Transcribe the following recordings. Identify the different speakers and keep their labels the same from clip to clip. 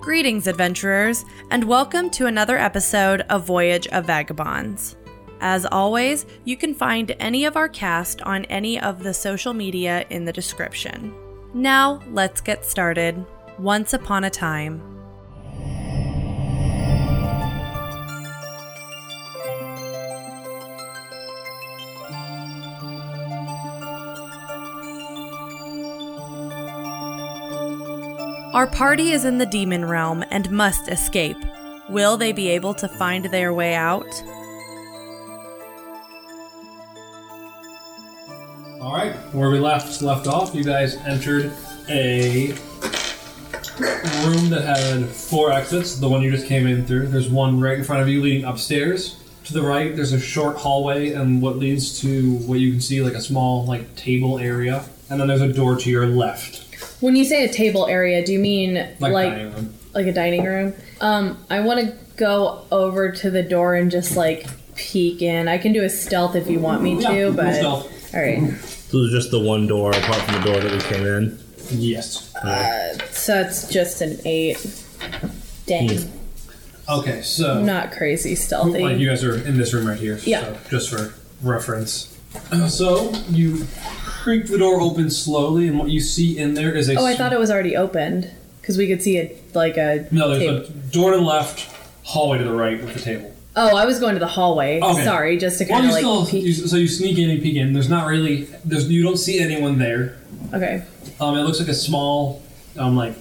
Speaker 1: Greetings, adventurers, and welcome to another episode of Voyage of Vagabonds. As always, you can find any of our cast on any of the social media in the description. Now, let's get started. Once upon a time. Our party is in the demon realm and must escape. Will they be able to find their way out?
Speaker 2: All right, where we left left off, you guys entered a room that had four exits. The one you just came in through. There's one right in front of you leading upstairs. To the right, there's a short hallway and what leads to what you can see like a small like table area, and then there's a door to your left,
Speaker 3: When you say a table area, do you mean like
Speaker 2: like,
Speaker 3: like,
Speaker 2: dining room.
Speaker 3: a dining room? Um, I want to go over to the door and just like peek in. I can do a stealth if you want me
Speaker 2: Yeah,
Speaker 3: to,
Speaker 2: roll
Speaker 3: but all
Speaker 2: stealth.
Speaker 3: right.
Speaker 4: So there's just the one door apart from the door that we came in.
Speaker 2: Yes.
Speaker 3: So it's just an eight. Dang,
Speaker 2: Okay, so
Speaker 3: I'm not crazy stealthy.
Speaker 2: Like you guys are in this room right here.
Speaker 3: Yeah.
Speaker 2: So just for reference. Uh, So you creak the door open slowly, and what you see in there is a.
Speaker 3: oh, I thought it was already opened because we could see it like a
Speaker 2: No, there's
Speaker 3: table.
Speaker 2: a door to the left, hallway to the right with the table.
Speaker 3: Oh, I was going to the hallway.
Speaker 2: Okay.
Speaker 3: Sorry, just to
Speaker 2: Well,
Speaker 3: kind
Speaker 2: you
Speaker 3: of like
Speaker 2: still
Speaker 3: peek.
Speaker 2: you, so you sneak in and peek in. There's not really there's you don't see anyone there.
Speaker 3: okay.
Speaker 2: Um, it looks like a small um, like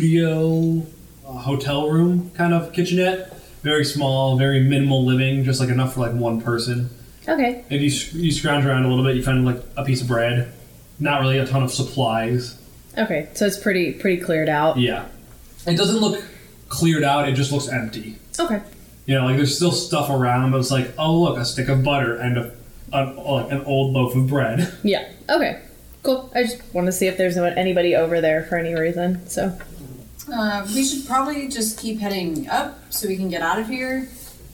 Speaker 2: studio uh, hotel room kind of kitchenette. Very small, very minimal living, just like enough for like one person.
Speaker 3: Okay.
Speaker 2: If you sc- you scrounge around a little bit, you find like a piece of bread. Not really a ton of supplies.
Speaker 3: Okay. So it's pretty pretty cleared out.
Speaker 2: Yeah, it doesn't look cleared out. It just looks empty.
Speaker 3: Okay.
Speaker 2: You know, like there's still stuff around, but it's like, oh look, a stick of butter and a, an, like an old loaf of bread.
Speaker 3: Yeah. Okay. Cool. I just want to see if there's no- anybody over there for any reason. So
Speaker 5: Uh, we should probably just keep heading up so we can get out of here.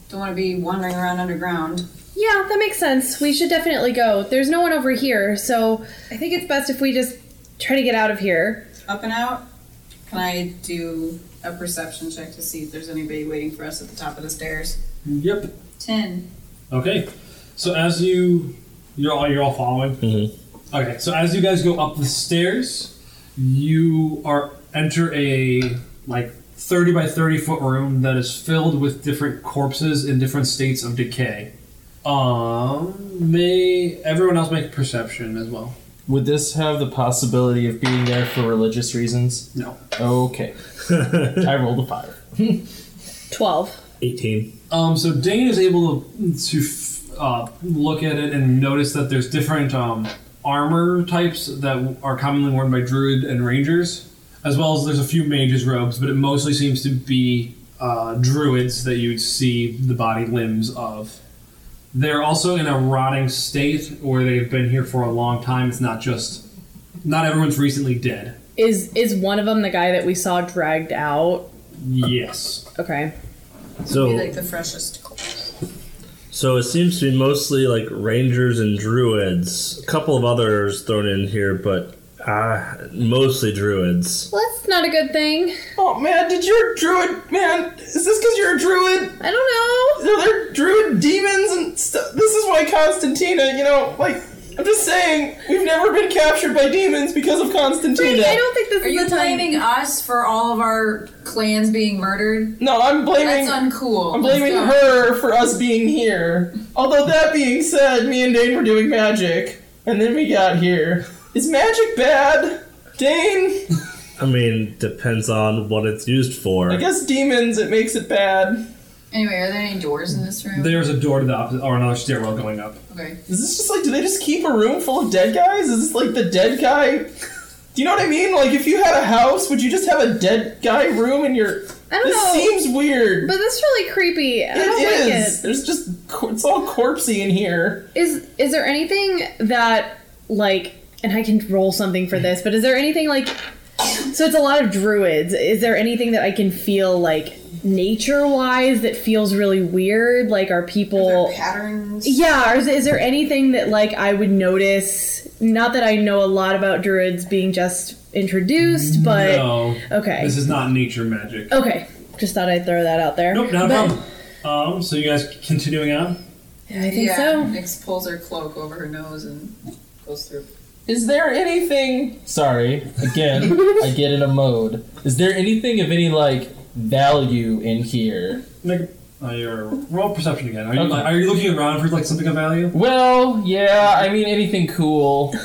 Speaker 5: Don't want to be wandering around underground.
Speaker 3: yeah, that makes sense. We should definitely go. There's no one over here, so I think it's best if we just try to get out of here.
Speaker 5: Up and out. Can I do a perception check to see if there's anybody waiting for us at the top of the stairs?
Speaker 2: Yep.
Speaker 5: Ten.
Speaker 2: Okay. So as you, you're all you're all following. Mm-hmm. Okay. So as you guys go up the stairs, you are enter a like 30 by 30 foot room that is filled with different corpses in different states of decay. Um, may everyone else make perception as well?
Speaker 6: Would this have the possibility of being there for religious reasons?
Speaker 2: No.
Speaker 6: Okay. I rolled a five.
Speaker 3: Twelve.
Speaker 4: 18.
Speaker 2: Um, so Dane is able to, to f- uh, look at it and notice that there's different um, armor types that are commonly worn by druid and rangers, as well as there's a few mages robes, but it mostly seems to be uh, druids that you'd see the body limbs of. They're also in a rotting state, or they've been here for a long time. It's not just not everyone's recently dead.
Speaker 3: Is is one of them the guy that we saw dragged out?
Speaker 2: Yes.
Speaker 3: Okay.
Speaker 5: Be
Speaker 4: So
Speaker 5: like the freshest.
Speaker 4: so it seems to be mostly like rangers and druids. A couple of others thrown in here, but uh, mostly druids.
Speaker 3: Well, that's not a good thing.
Speaker 6: Oh man, did your druid man? Is this because you're a druid?
Speaker 3: I don't know.
Speaker 6: Are there druid demons and stuff? This is why Constantina. You know, like I'm just saying, we've never been captured by demons because of Constantina.
Speaker 3: I don't think this
Speaker 5: Are
Speaker 3: is
Speaker 5: you
Speaker 3: the time.
Speaker 5: blaming us for all of our clans being murdered?
Speaker 6: No, I'm
Speaker 5: That's
Speaker 6: blaming.
Speaker 5: uncool.
Speaker 6: I'm blaming
Speaker 5: Let's go.
Speaker 6: her for us being here. Although that being said, me and Dane were doing magic, and then we got here. Is magic bad? Dane,
Speaker 4: I mean, depends on what it's used for.
Speaker 6: I guess demons, it makes it bad.
Speaker 5: Anyway, are there any doors in this room?
Speaker 2: There's a door to the opposite, or another stairwell going up.
Speaker 5: okay.
Speaker 6: Is this just like, do they just keep a room full of dead guys? Is this like the dead guy? Do you know what I mean? Like, if you had a house, would you just have a dead guy room in your.
Speaker 3: I don't
Speaker 6: This
Speaker 3: know.
Speaker 6: seems weird.
Speaker 3: but that's really creepy. I don't
Speaker 6: it
Speaker 3: like it.
Speaker 6: is. There's just. cor- It's all corpsey in here.
Speaker 3: Is is there anything that like and I can roll something for this, but is there anything like so it's a lot of druids. Is there anything that I can feel like nature wise that feels really weird? Like, are people.
Speaker 5: Their patterns.
Speaker 3: Yeah, or is, is there anything that like I would notice? Not that I know a lot about druids being just introduced, but
Speaker 2: Mm, no,
Speaker 3: okay,
Speaker 2: this is not nature magic.
Speaker 3: okay. Just thought I'd throw that out there.
Speaker 2: Nope, not a
Speaker 3: But-
Speaker 2: problem. Um, so you guys continuing on?
Speaker 3: I think
Speaker 5: yeah.
Speaker 3: so.
Speaker 5: Nyx pulls her cloak over her nose and goes through.
Speaker 6: Is there anything? Sorry, again, I get in a mode. Is there anything of any like value in here?
Speaker 2: Make uh, your roll perception again. Are you
Speaker 6: Okay.
Speaker 2: like, are you looking around for like something of value?
Speaker 6: Well, yeah. I mean, anything cool?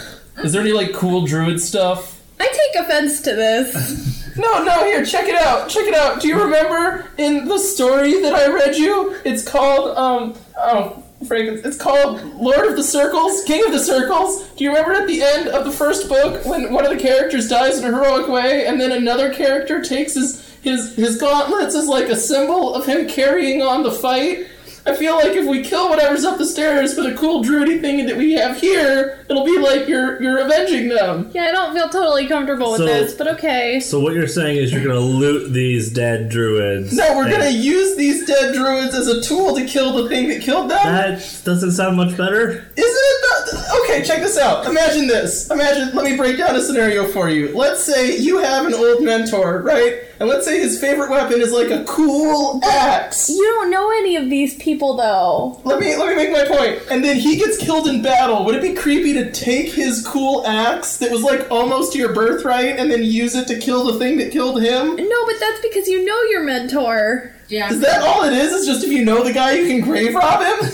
Speaker 6: Is there any like cool druid stuff?
Speaker 3: I take offense to this.
Speaker 6: No, no, here, check it out. Check it out. Do you remember in the story that I read you? It's called, um, oh, Frank, it's called Lord of the Circles, King of the Circles. Do you remember at the end of the first book when one of the characters dies in a heroic way and then another character takes his, his, his gauntlets as like a symbol of him carrying on the fight? I feel like if we kill whatever's up the stairs with a cool druidy thing that we have here, it'll be like you're you're avenging them.
Speaker 3: yeah, I don't feel totally comfortable with
Speaker 4: So-
Speaker 3: this, but okay.
Speaker 4: So what you're saying is you're gonna loot these dead druids.
Speaker 6: No, we're
Speaker 4: and-
Speaker 6: gonna use these dead druids as a tool to kill the thing that killed them.
Speaker 4: That doesn't sound much better.
Speaker 6: Isn't it not? Okay, check this out. Imagine this. Imagine, let me break down a scenario for you. Let's say you have an old mentor, right? And let's say his favorite weapon is like a cool axe.
Speaker 3: You don't know any of these people though.
Speaker 6: Let me let me make my point. And then he gets killed in battle. Would it be creepy to take his cool axe that was like almost your birthright and then use it to kill the thing that killed him?
Speaker 3: No, but that's because you know your mentor.
Speaker 5: Yeah.
Speaker 6: Is that all it is? Is just if you know the guy, you can grave rob him?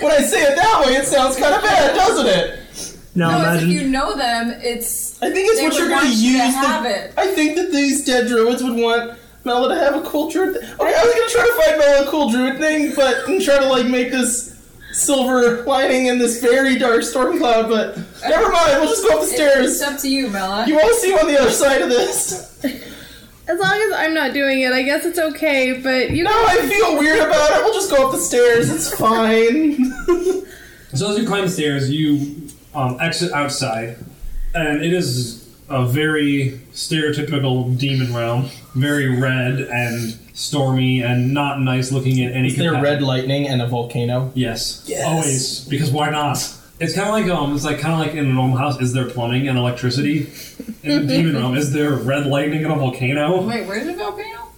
Speaker 6: when I say it that way, it sounds kind of bad, doesn't it?
Speaker 4: Now
Speaker 5: no, it's if
Speaker 4: imagine
Speaker 5: you know them, it's
Speaker 6: I think it's
Speaker 5: They
Speaker 6: what
Speaker 5: would
Speaker 6: you're going
Speaker 5: want
Speaker 6: to
Speaker 5: you
Speaker 6: use.
Speaker 5: to
Speaker 6: the-
Speaker 5: have it.
Speaker 6: I think that these dead druids would want Mela to have a cool druid. Th- okay, I was going to try to find Mela a cool druid thing, but and try to like make this silver lining in this very dark storm cloud. But never mind. We'll just go up the
Speaker 5: it's
Speaker 6: stairs.
Speaker 5: up to you, Mela.
Speaker 6: You won't see on the other side of this.
Speaker 3: As long as I'm not doing it, I guess it's okay. But you
Speaker 6: No,
Speaker 3: know,
Speaker 6: I feel weird about it. We'll just go up the stairs. It's fine.
Speaker 2: So as you climb the stairs, you um, exit outside, and it is a very stereotypical demon realm, very red and stormy and not nice looking at any. capa-
Speaker 6: lightning and a volcano?
Speaker 2: Yes.
Speaker 6: Yes.
Speaker 2: Always, because why not? It's kind of like um, it's like kind of like in a normal house. Is there plumbing and electricity? In the demon realm, is there red lightning and a volcano
Speaker 5: Wait, where's the volcano?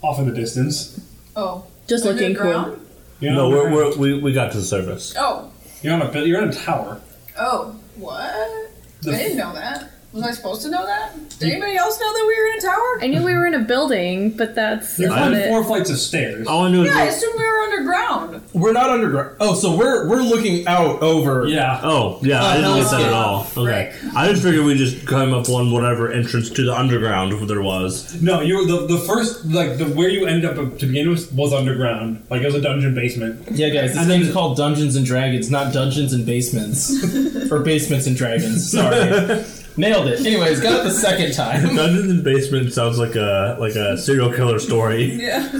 Speaker 2: off in the distance?
Speaker 5: Oh,
Speaker 3: just looking cool.
Speaker 5: underground?
Speaker 2: You're
Speaker 4: No,
Speaker 2: on a
Speaker 4: we're,
Speaker 2: ground.
Speaker 4: we're, we we got to the surface.
Speaker 5: Oh,
Speaker 2: you're on a bit- you're on a tower.
Speaker 5: oh, what?
Speaker 2: The-
Speaker 5: I didn't know that. Was I supposed to know that? Did anybody else know that we were in a tower?
Speaker 3: I knew we were in a building, but that's
Speaker 2: You're
Speaker 3: about
Speaker 2: climbing
Speaker 3: it.
Speaker 2: four flights of stairs.
Speaker 4: All I knew
Speaker 5: Yeah, I
Speaker 4: is
Speaker 5: assumed we were underground.
Speaker 6: We're not underground. Oh, so we're we're looking out over.
Speaker 2: Yeah.
Speaker 4: oh yeah, I didn't
Speaker 6: Oh,
Speaker 4: get that at
Speaker 6: yeah.
Speaker 4: all. Okay, I just figured we just climb up one whatever entrance to the underground there was.
Speaker 2: No, you were the, the first like the where you end up to begin with was underground. Like it was a dungeon basement.
Speaker 6: Yeah, guys, this
Speaker 2: And then-
Speaker 6: game's called Dungeons and Dragons, not Dungeons and Basements. or Basements and Dragons, sorry. Nailed it. Anyways, got it the second time.
Speaker 4: Dungeons and basement sounds like a like a serial killer story.
Speaker 5: Yeah.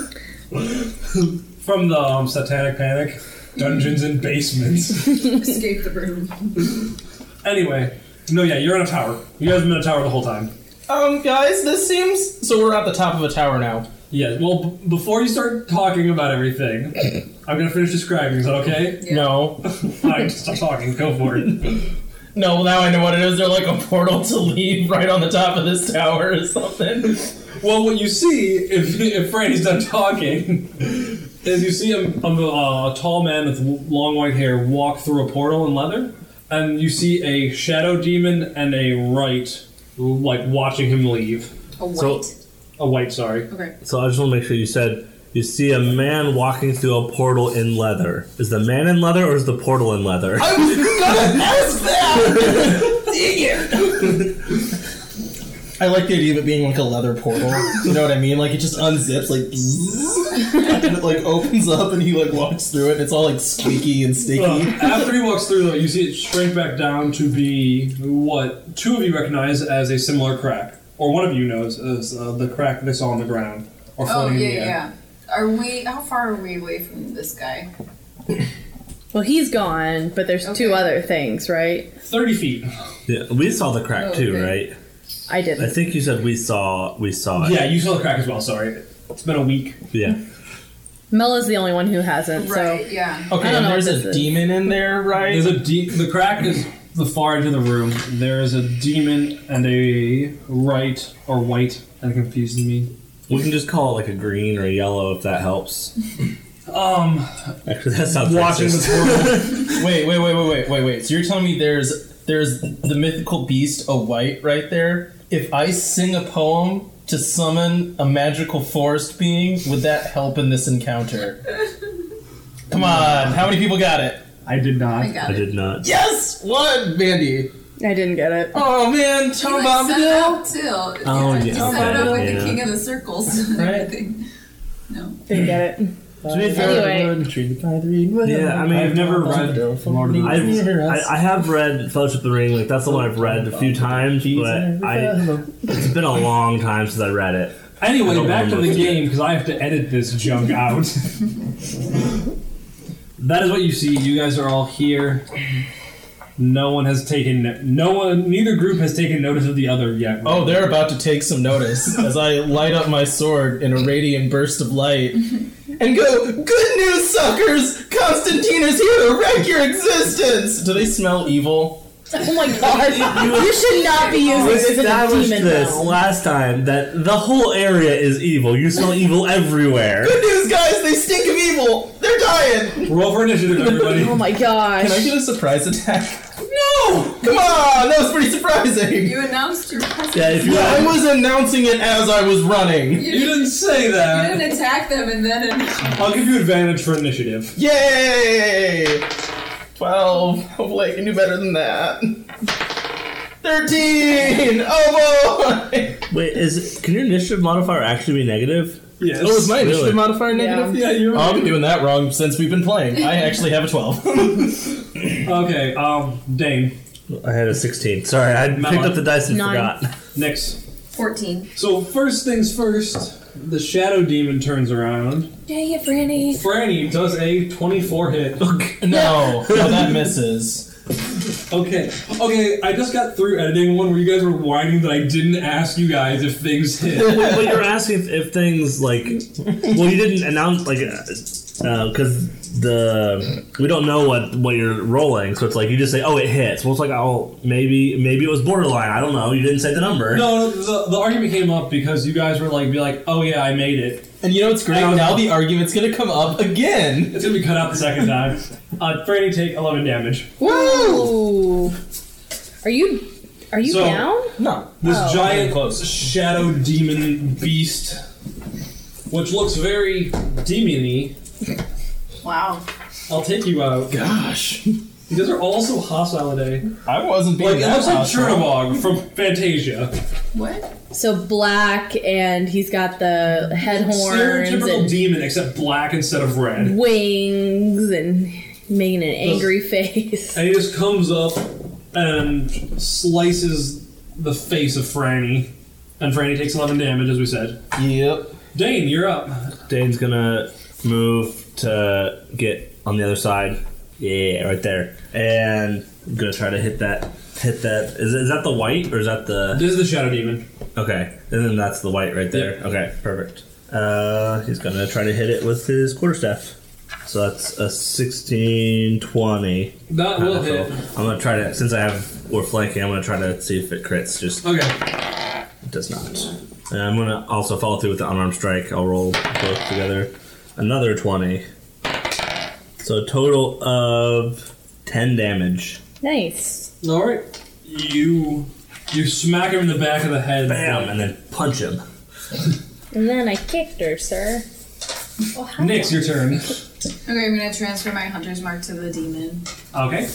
Speaker 2: From the um, Satanic Panic, dungeons and basements.
Speaker 5: Escape the room.
Speaker 2: anyway, no, yeah, you're on a tower. You guys have been on a tower the whole time.
Speaker 6: Um, guys, this seems. So we're at the top of a tower now.
Speaker 2: Yeah, well, b- before you start talking about everything, I'm gonna finish describing. Is that okay?
Speaker 5: Yeah.
Speaker 6: No.
Speaker 2: Alright, stop talking. Go for it.
Speaker 6: No, now I know what it is. They're like a portal to leave right on the top of this tower or something.
Speaker 2: Well, what you see, if, if Franny's done talking, is you see a, a, a tall man with w- long white hair walk through a portal in leather, and you see a shadow demon and a right, like, watching him leave.
Speaker 5: A white.
Speaker 4: So-
Speaker 2: A white, sorry.
Speaker 5: okay.
Speaker 4: So I just want to make sure you said you see a man walking through a portal in leather. Is the man in leather or is the portal in leather?
Speaker 6: I was gonna ask that! I like the idea of it being like a leather portal. You know what I mean? Like it just unzips, like, and it like opens up, and he like walks through it. And it's all like squeaky and
Speaker 2: Uh,
Speaker 6: sticky.
Speaker 2: after he walks through, though, you see it shrink back down to be what two of you recognize as a similar crack, or one of you knows as uh, the crack they saw on the ground or
Speaker 5: Oh
Speaker 2: floating
Speaker 5: yeah,
Speaker 2: in the air.
Speaker 5: yeah. Are we? How far are we away from this guy?
Speaker 3: Well, he's gone, but there's two
Speaker 5: Okay.
Speaker 3: other things, right?
Speaker 2: Thirty feet.
Speaker 4: Yeah, we saw the crack
Speaker 5: Oh,
Speaker 4: too,
Speaker 5: okay.
Speaker 4: right?
Speaker 3: I
Speaker 4: I
Speaker 3: didn't.
Speaker 4: think you said we saw we saw it.
Speaker 2: Yeah, you saw the crack as well. Sorry, it's been a week.
Speaker 4: Yeah.
Speaker 3: Mella's the only one who hasn't,
Speaker 5: Right,
Speaker 3: so
Speaker 5: yeah.
Speaker 3: I
Speaker 6: Okay,
Speaker 3: don't
Speaker 6: and
Speaker 3: know
Speaker 6: there's
Speaker 3: what this
Speaker 6: a
Speaker 3: is.
Speaker 6: demon in there, right?
Speaker 2: There's a de- the crack is the far edge of the room. There is a demon and a right or white. That confuses me.
Speaker 4: We can just call it like a green or a yellow if that helps.
Speaker 2: Um,
Speaker 4: Actually, that sounds
Speaker 6: watching
Speaker 4: racist.
Speaker 6: this world. wait, wait, wait, wait, wait, wait, wait. So you're telling me there's there's the mythical beast a white right there? If I sing a poem to summon a magical forest being, would that help in this encounter? Come on, how many people got it?
Speaker 2: I did not.
Speaker 5: I got
Speaker 4: I
Speaker 5: it.
Speaker 4: did not.
Speaker 6: Yes, one, Mandy.
Speaker 3: I didn't get it.
Speaker 6: Oh man,
Speaker 5: You
Speaker 6: Tom
Speaker 5: had set
Speaker 6: Bombadil.
Speaker 5: up till.
Speaker 4: Oh,
Speaker 5: you
Speaker 4: yeah,
Speaker 5: set it up with
Speaker 4: okay,
Speaker 5: the
Speaker 4: yeah.
Speaker 5: king of the circles.
Speaker 6: Right.
Speaker 5: No.
Speaker 3: Didn't get it.
Speaker 6: To be
Speaker 3: Anyway.
Speaker 4: Yeah, I mean,
Speaker 2: I've never read Lord of the
Speaker 4: I've,
Speaker 2: Rings.
Speaker 4: I, I have read Fellowship of the Ring. Like that's the one I've read a few times, but I, it's been a long time since I read it. I
Speaker 2: Anyway,
Speaker 4: don't
Speaker 2: back to the
Speaker 4: remember.
Speaker 2: game because I have to edit this junk out. that is what you see. You guys are all here. No one has taken. No one. Neither group has taken notice of the other yet.
Speaker 6: Oh, they're about to take some notice as I light up my sword in a radiant burst of light and go, Good news, suckers! Constantine is here to wreck your existence! Do they smell evil?
Speaker 3: Oh my god! you should not be using
Speaker 4: We
Speaker 3: this as a
Speaker 4: established
Speaker 3: demon
Speaker 4: this
Speaker 3: now.
Speaker 4: last time that the whole area is evil. You smell evil everywhere.
Speaker 6: Good news, guys! They stink of evil! They're dying!
Speaker 2: Roll for initiative, everybody.
Speaker 3: Oh my gosh!
Speaker 6: Can I get a surprise attack? No! Come on! That was pretty surprising!
Speaker 5: You announced your presence.
Speaker 4: Yeah, if you
Speaker 6: Yeah, I was announcing it as I was running.
Speaker 2: you didn't say
Speaker 5: You
Speaker 2: that.
Speaker 5: didn't attack them and then.
Speaker 2: I'll give you advantage for initiative.
Speaker 6: Yay! 12. Hopefully I can do better than that. 13! Oh boy!
Speaker 4: wait, is can your initiative modifier actually be negative?
Speaker 2: Yes.
Speaker 6: Oh, is my
Speaker 4: Really?
Speaker 6: initiative modifier negative?
Speaker 2: yeah, you're
Speaker 6: Oh, I've been doing that wrong since we've been playing. I actually have a 12.
Speaker 2: okay. Um, Dane,
Speaker 4: I had a sixteen. Sorry, I picked up the dice and
Speaker 3: Nine.
Speaker 4: forgot.
Speaker 2: next.
Speaker 5: 14.
Speaker 2: So first things first. The shadow demon turns around.
Speaker 3: Dang it, Franny!
Speaker 2: Franny does a twenty-four hit.
Speaker 6: no, no, that misses.
Speaker 2: Okay, okay, I just got through editing one where you guys were whining that I didn't ask you guys if things hit.
Speaker 4: but you're asking if, if things like well you didn't announce like because the we don't know what what you're rolling so it's like you just say oh it hits well it's like oh maybe maybe it was borderline i don't know you didn't say the number
Speaker 2: no, the, the argument came up because you guys were like, be like, oh yeah, I made it.
Speaker 6: And you know what's great?
Speaker 2: I was-
Speaker 6: Now the argument's gonna come up again.
Speaker 2: It's gonna be cut out the second time. Uh, Franny, take 11 damage.
Speaker 6: Woo!
Speaker 3: Ooh. Are you are you
Speaker 2: So-
Speaker 3: down?
Speaker 6: No.
Speaker 2: This
Speaker 3: Oh.
Speaker 2: giant
Speaker 6: Close.
Speaker 2: shadow demon beast, which looks very demony,
Speaker 5: Wow.
Speaker 2: I'll take you out.
Speaker 6: Gosh.
Speaker 2: You guys are all so hostile today.
Speaker 6: I wasn't being
Speaker 2: Like,
Speaker 6: that
Speaker 2: that's like
Speaker 6: hostile.
Speaker 2: Chernobog from Fantasia.
Speaker 5: What?
Speaker 3: So black, and he's got the head horns
Speaker 2: Stereotypical
Speaker 3: and
Speaker 2: demon, except black instead of red.
Speaker 3: wings, and making an angry face.
Speaker 2: And he just comes up and slices the face of Franny. And Franny takes 11 damage, as we said.
Speaker 6: Yep.
Speaker 2: Dane, you're up.
Speaker 4: dane's gonna move to get on the other side yeah right there and i'm gonna try to hit that hit that is, is that the white or is that the
Speaker 2: This is the Shadow Demon.
Speaker 4: Okay, and then that's the white right there. Okay, perfect. Uh, he's gonna try to hit it with his quarterstaff. So that's a sixteen twenty. Uh,
Speaker 2: That will hit.
Speaker 4: I'm gonna try to since I have we're flanking. I'm gonna try to see if it crits. Just
Speaker 2: Okay.
Speaker 4: it does not. And I'm gonna also follow through with the unarmed strike. I'll roll both together. Another twenty. So a total of ten damage.
Speaker 3: Nice.
Speaker 2: All right. You you smack him in the back of the head.
Speaker 4: Bam, and then punch him.
Speaker 3: And then I kicked her, sir. Oh, hi.
Speaker 2: Nick's your turn.
Speaker 5: Okay, I'm gonna transfer my hunter's mark to the demon.
Speaker 2: Okay.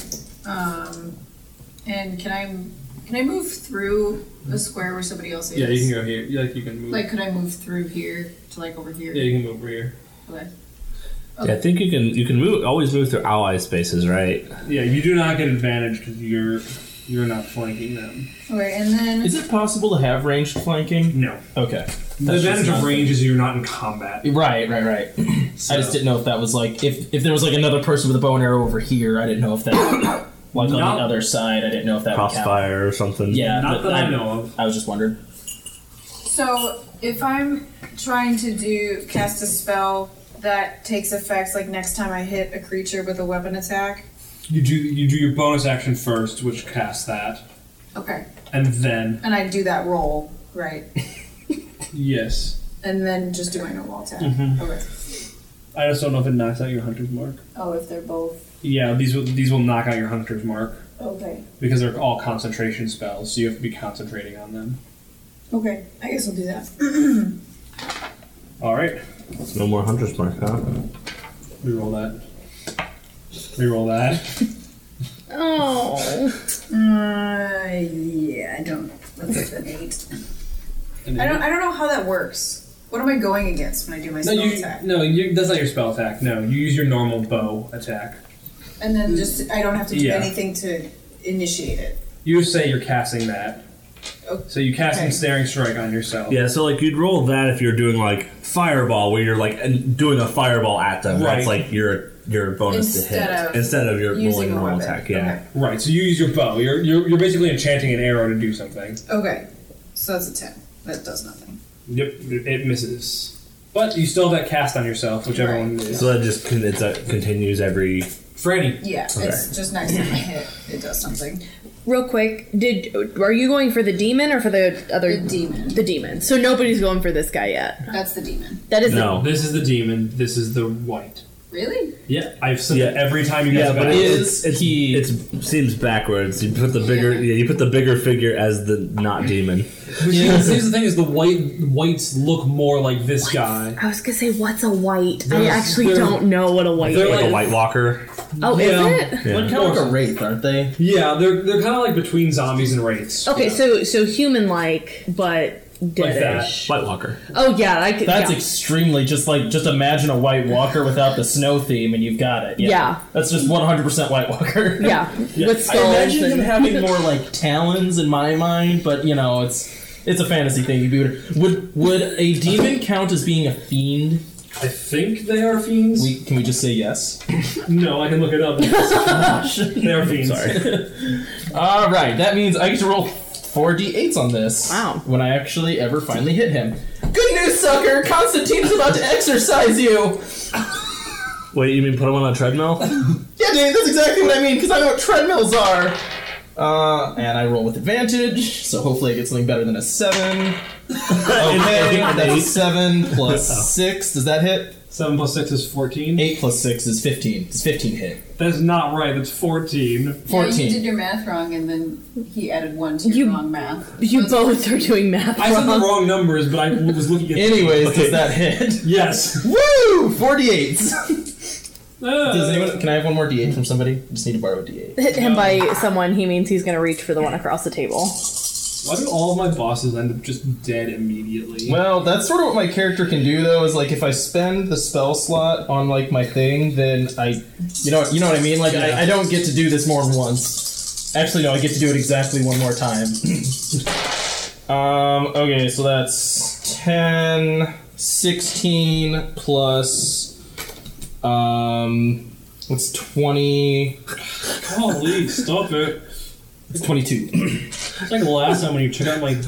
Speaker 5: Um, and can I can I move through the square where somebody else is?
Speaker 2: Yeah, you can go here. You, like you can move.
Speaker 5: Like, could I move through here to like over here?
Speaker 2: yeah, you can move over here.
Speaker 5: Okay.
Speaker 4: Yeah, I think you can you can move always move through ally spaces, right?
Speaker 2: Yeah, you do not get advantage because you're you're not flanking them.
Speaker 5: Okay, and then
Speaker 6: Is it possible to have ranged flanking?
Speaker 2: No.
Speaker 6: Okay.
Speaker 2: The
Speaker 6: That's just
Speaker 2: advantage of
Speaker 6: not-
Speaker 2: range is you're not in combat.
Speaker 6: Right, right, right. I just didn't know if that was like if if there was like another person with a bow and arrow over here. I didn't know if that like on
Speaker 2: Not-
Speaker 6: the other side. I didn't know if that would count.
Speaker 4: crossfire or something.
Speaker 6: Yeah,
Speaker 2: Not
Speaker 6: but
Speaker 2: that I know of.
Speaker 6: I was just wondering.
Speaker 5: so if I'm trying to do cast a spell that takes effects like next time I hit a creature with a weapon attack.
Speaker 2: You do you do your bonus action first, which casts that,
Speaker 5: Okay.
Speaker 2: and then
Speaker 5: And I do that roll, right?
Speaker 2: yes,
Speaker 5: And then just do my normal attack.
Speaker 2: Mm-hmm.
Speaker 5: Oh, Okay.
Speaker 2: I just don't know if it knocks out your hunter's mark.
Speaker 5: Oh, if they're both
Speaker 2: Yeah, these will these will knock out your hunter's mark
Speaker 5: okay.
Speaker 2: because they're all concentration spells, so you have to be concentrating on them.
Speaker 5: Okay. I guess we'll do that.
Speaker 2: All right,
Speaker 4: No more hunter's mark, huh?
Speaker 2: reroll that. Reroll that.
Speaker 3: Oh,
Speaker 5: Uh, yeah, I don't. That's an eight.
Speaker 2: And
Speaker 5: I
Speaker 2: then-
Speaker 5: don't. I don't know how that works. What am I going against when I do my
Speaker 2: No,
Speaker 5: spell
Speaker 2: you,
Speaker 5: attack?
Speaker 2: no you, that's not your spell attack. No, you use your normal bow attack.
Speaker 5: And then just I don't have to do
Speaker 2: Yeah.
Speaker 5: anything to initiate it.
Speaker 2: You say you're casting that.
Speaker 5: Oh,
Speaker 2: So you cast
Speaker 5: okay.
Speaker 2: casting Staring Strike on yourself.
Speaker 4: Yeah, so like you'd roll that if you're doing like fireball, where you're like and doing a fireball at them.
Speaker 2: Right.
Speaker 4: That's like your your bonus
Speaker 5: Instead
Speaker 4: to hit
Speaker 5: of
Speaker 4: instead of your rolling
Speaker 5: Using a
Speaker 4: normal
Speaker 5: weapon.
Speaker 4: attack. Yeah,
Speaker 2: Right, so you use your bow. You're, you're, you're basically enchanting an arrow to do something.
Speaker 5: Okay. okay. So that's a ten. That does nothing.
Speaker 2: Yep, it misses. But you still have that cast on yourself, whichever
Speaker 5: Right.
Speaker 2: one it is.
Speaker 4: so that just con- it's, uh, continues every.
Speaker 2: Franny.
Speaker 5: Yeah.
Speaker 4: Okay.
Speaker 5: It's just next time I hit, it does something.
Speaker 3: real quick, did are you going for the demon or for the other
Speaker 5: The demon.
Speaker 3: The demon. So nobody's going for this guy yet.
Speaker 5: That's the demon.
Speaker 3: That is
Speaker 4: No,
Speaker 2: This is the demon. This is the white.
Speaker 5: Really?
Speaker 2: Yeah, I've said
Speaker 4: Yeah.
Speaker 2: that every time you guys
Speaker 4: yeah,
Speaker 2: have
Speaker 4: but
Speaker 2: asked.
Speaker 4: it's,
Speaker 6: Is
Speaker 4: it's,
Speaker 6: he-
Speaker 4: it's seems backwards. You put the bigger yeah. you put the bigger figure as the not demon.
Speaker 2: But here's here's the thing: is the white whites look more like this guy.
Speaker 3: I was gonna say, what's a white?
Speaker 2: There's-
Speaker 3: I actually
Speaker 2: there's-
Speaker 3: don't know what a white
Speaker 2: they're
Speaker 3: is.
Speaker 4: Like a White Walker.
Speaker 3: oh,
Speaker 2: Yeah.
Speaker 3: is it?
Speaker 4: Yeah.
Speaker 6: kind of like a wraith, aren't they?
Speaker 2: Yeah, they're they're kind of like between zombies and wraiths.
Speaker 3: Okay,
Speaker 2: Yeah.
Speaker 3: so so human like, but deadish.
Speaker 4: White Walker.
Speaker 3: oh yeah, I could.
Speaker 6: That's
Speaker 3: yeah.
Speaker 6: extremely just like just imagine a White Walker without the snow theme, and you've got it.
Speaker 3: Yeah.
Speaker 6: that's just one hundred percent White Walker.
Speaker 3: yeah. with
Speaker 6: I
Speaker 3: skulls.
Speaker 6: imagine him
Speaker 3: and-
Speaker 6: having more like talons in my mind, but you know it's. It's a fantasy thing. You'd be weird. Would would a demon count as being a fiend?
Speaker 2: I think they are fiends.
Speaker 6: We, can we just say yes?
Speaker 2: no, I can look it up. they are fiends.
Speaker 4: Sorry.
Speaker 6: All right, that means I get to roll four d8s on this.
Speaker 3: Wow.
Speaker 6: When I actually ever finally hit him. Good news, sucker! Constantine's about to exercise you.
Speaker 4: Wait, you mean put him on a treadmill?
Speaker 6: Yeah, Dave, that's exactly what I mean because I know what treadmills are. Uh, and I roll with advantage, so hopefully I get something better than a seven. Okay, that's a seven plus six. Does that hit?
Speaker 2: Seven plus six is fourteen.
Speaker 6: Eight plus six is fifteen. Does fifteen hit?
Speaker 2: That's not right. That's fourteen.
Speaker 5: Yeah, you did
Speaker 6: Fourteen.
Speaker 5: your math wrong, and then he added one to your
Speaker 3: You-
Speaker 5: wrong math.
Speaker 3: you both are doing math
Speaker 2: I said the
Speaker 3: wrong.
Speaker 2: wrong numbers, but I was looking at.
Speaker 6: Anyways, does that hit?
Speaker 2: Yes.
Speaker 6: Woo! Forty-eight. Does
Speaker 2: Uh,
Speaker 6: anyone? Can I have one more d8 from somebody? I just need to borrow a d8.
Speaker 3: Hit him by someone. He means he's gonna reach for the one across the table.
Speaker 2: Why do all of my bosses end up just dead immediately?
Speaker 6: Well, that's sort of what my character can do, though. Is like if I spend the spell slot on like my thing, then I, you know, you know what I mean. Like I, I don't get to do this more than once. Actually, no, I get to do it exactly one more time. um. Okay, so that's 10, 16 plus. Um, what's twenty?
Speaker 2: Holy, stop it!
Speaker 6: It's twenty-two.
Speaker 2: It's like the last time when you took out my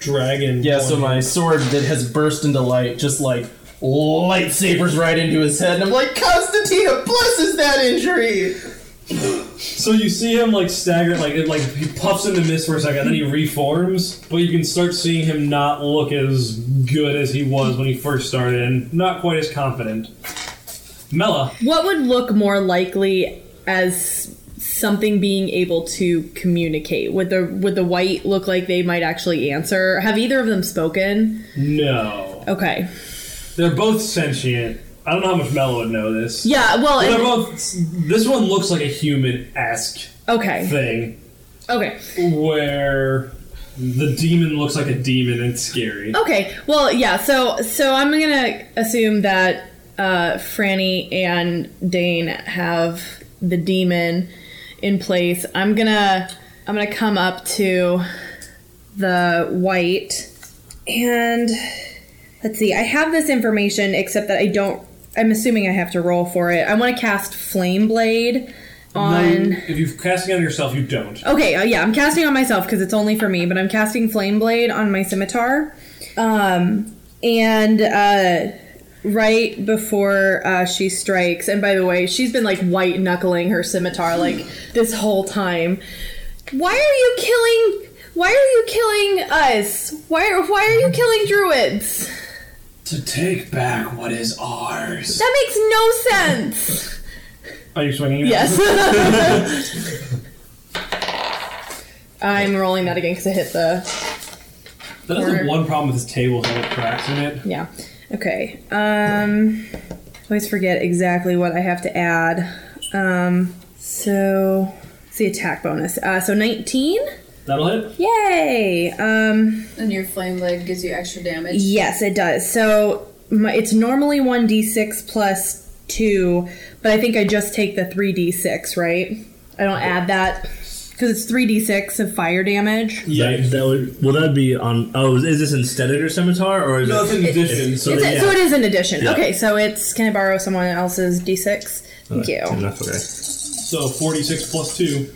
Speaker 2: dragon.
Speaker 6: Yeah, so
Speaker 2: one.
Speaker 6: my sword that has burst into light just like lightsabers right into his head, and I'm like, Constantina blesses that injury!
Speaker 2: So you see him like stagger, like it, like he puffs into mist for a second, then he reforms. But you can start seeing him not look as good as he was when he first started, and not quite as confident. Mela,
Speaker 3: What would look more likely as something being able to communicate? Would the would the white look like they might actually answer? Have either of them spoken?
Speaker 2: no,
Speaker 3: Okay.
Speaker 2: they're both sentient. I don't know how much Mela would know this.
Speaker 3: Yeah, well,
Speaker 2: But they're
Speaker 3: and,
Speaker 2: both. This one looks like a human-esque
Speaker 3: okay.
Speaker 2: thing,
Speaker 3: Okay.
Speaker 2: where the demon looks like a demon and scary.
Speaker 3: Okay. Well, yeah, so so I'm going to assume that uh Franny and Dane have the demon in place. I'm going to I'm going to come up to the white and let's see. I have this information except that I don't I'm assuming I have to roll for it. I want to cast Flame Blade on
Speaker 2: If you're casting on yourself, you don't.
Speaker 3: Okay, uh, yeah, I'm casting on myself because it's only for me, but I'm casting Flame Blade on my scimitar. Um, and uh, right before uh, she strikes, and by the way, she's been like white knuckling her scimitar like this whole time. Why are you killing? Why are you killing us? Why are Why are you killing druids?
Speaker 2: To take back what is ours.
Speaker 3: That makes no sense.
Speaker 2: Are you swinging? it?
Speaker 3: Yes. I'm rolling that again because I hit the
Speaker 2: That is the
Speaker 3: Or-
Speaker 2: one problem with this table is that it cracks in it.
Speaker 3: yeah. Okay. Um, I always forget exactly what I have to add. Um, so it's the attack bonus. Uh, so 19.
Speaker 2: That'll hit.
Speaker 3: Yay! Um,
Speaker 5: And your flame leg gives you extra damage.
Speaker 3: yes, it does. So my, it's normally 1d6 plus 2, but I think I just take the 3d6, right? I don't add that because it's 3d6 of fire damage.
Speaker 4: Yeah, that, that would. Will that be on? Oh, is, is this instead of your scimitar or is
Speaker 2: No, it's in
Speaker 4: it?
Speaker 2: addition.
Speaker 4: so
Speaker 2: So
Speaker 3: It's a-
Speaker 4: yeah.
Speaker 3: So it is an addition.
Speaker 4: Yeah.
Speaker 3: Okay, so it's. Can I borrow someone else's d6? Thank
Speaker 4: Okay,
Speaker 3: you.
Speaker 4: That's okay.
Speaker 2: So 46 plus 2.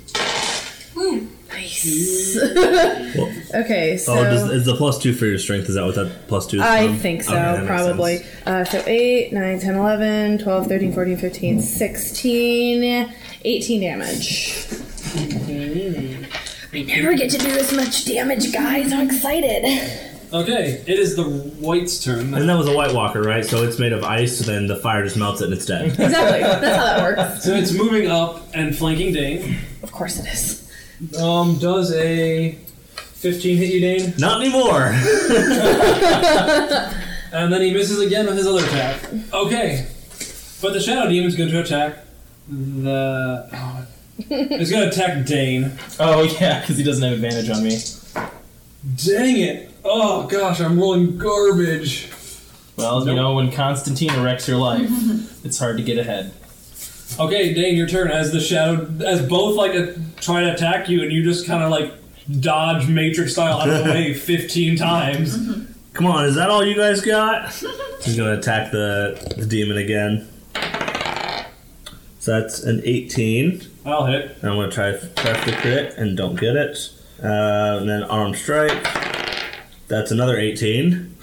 Speaker 3: Nice.
Speaker 4: Well,
Speaker 3: okay,
Speaker 4: oh, does,
Speaker 3: so.
Speaker 4: is the plus two for your strength? Is that what that plus two? Is
Speaker 3: I
Speaker 4: from?
Speaker 3: think so,
Speaker 4: Okay, that makes
Speaker 3: probably.
Speaker 4: sense.
Speaker 3: Uh, so 8, 9, 10, 11, 12, 13, 14, 15, 16, 18 damage. I never get to do this much damage, guys. I'm excited.
Speaker 2: Okay, it is the white's turn.
Speaker 4: And that was a White Walker, right? So it's made of ice. So then the fire just melts it and it's dead.
Speaker 3: Exactly. That's how that works.
Speaker 2: So it's moving up and flanking Dane.
Speaker 3: Of course it is.
Speaker 2: Um, does a 15 hit you, Dane?
Speaker 4: Not anymore.
Speaker 2: And then he misses again with his other attack. Okay. But the Shadow Demon's going to attack the. Oh, it's going to attack Dane.
Speaker 7: Oh yeah, because he doesn't have advantage on me.
Speaker 2: Dang it! Oh gosh, I'm rolling garbage.
Speaker 7: Well, you know, when Constantine wrecks your life, it's hard to get ahead.
Speaker 2: Okay, Dane, your turn. As the Shadow. As both, like, a, try to attack you, and you just kind of, like, dodge Matrix style out of the way 15 times.
Speaker 4: Come on, is that all you guys got? He's gonna attack the, the demon again. So that's an 18.
Speaker 2: I'll hit.
Speaker 4: And I'm gonna try try for the crit and don't get it. Uh, and then arm strike. That's another 18.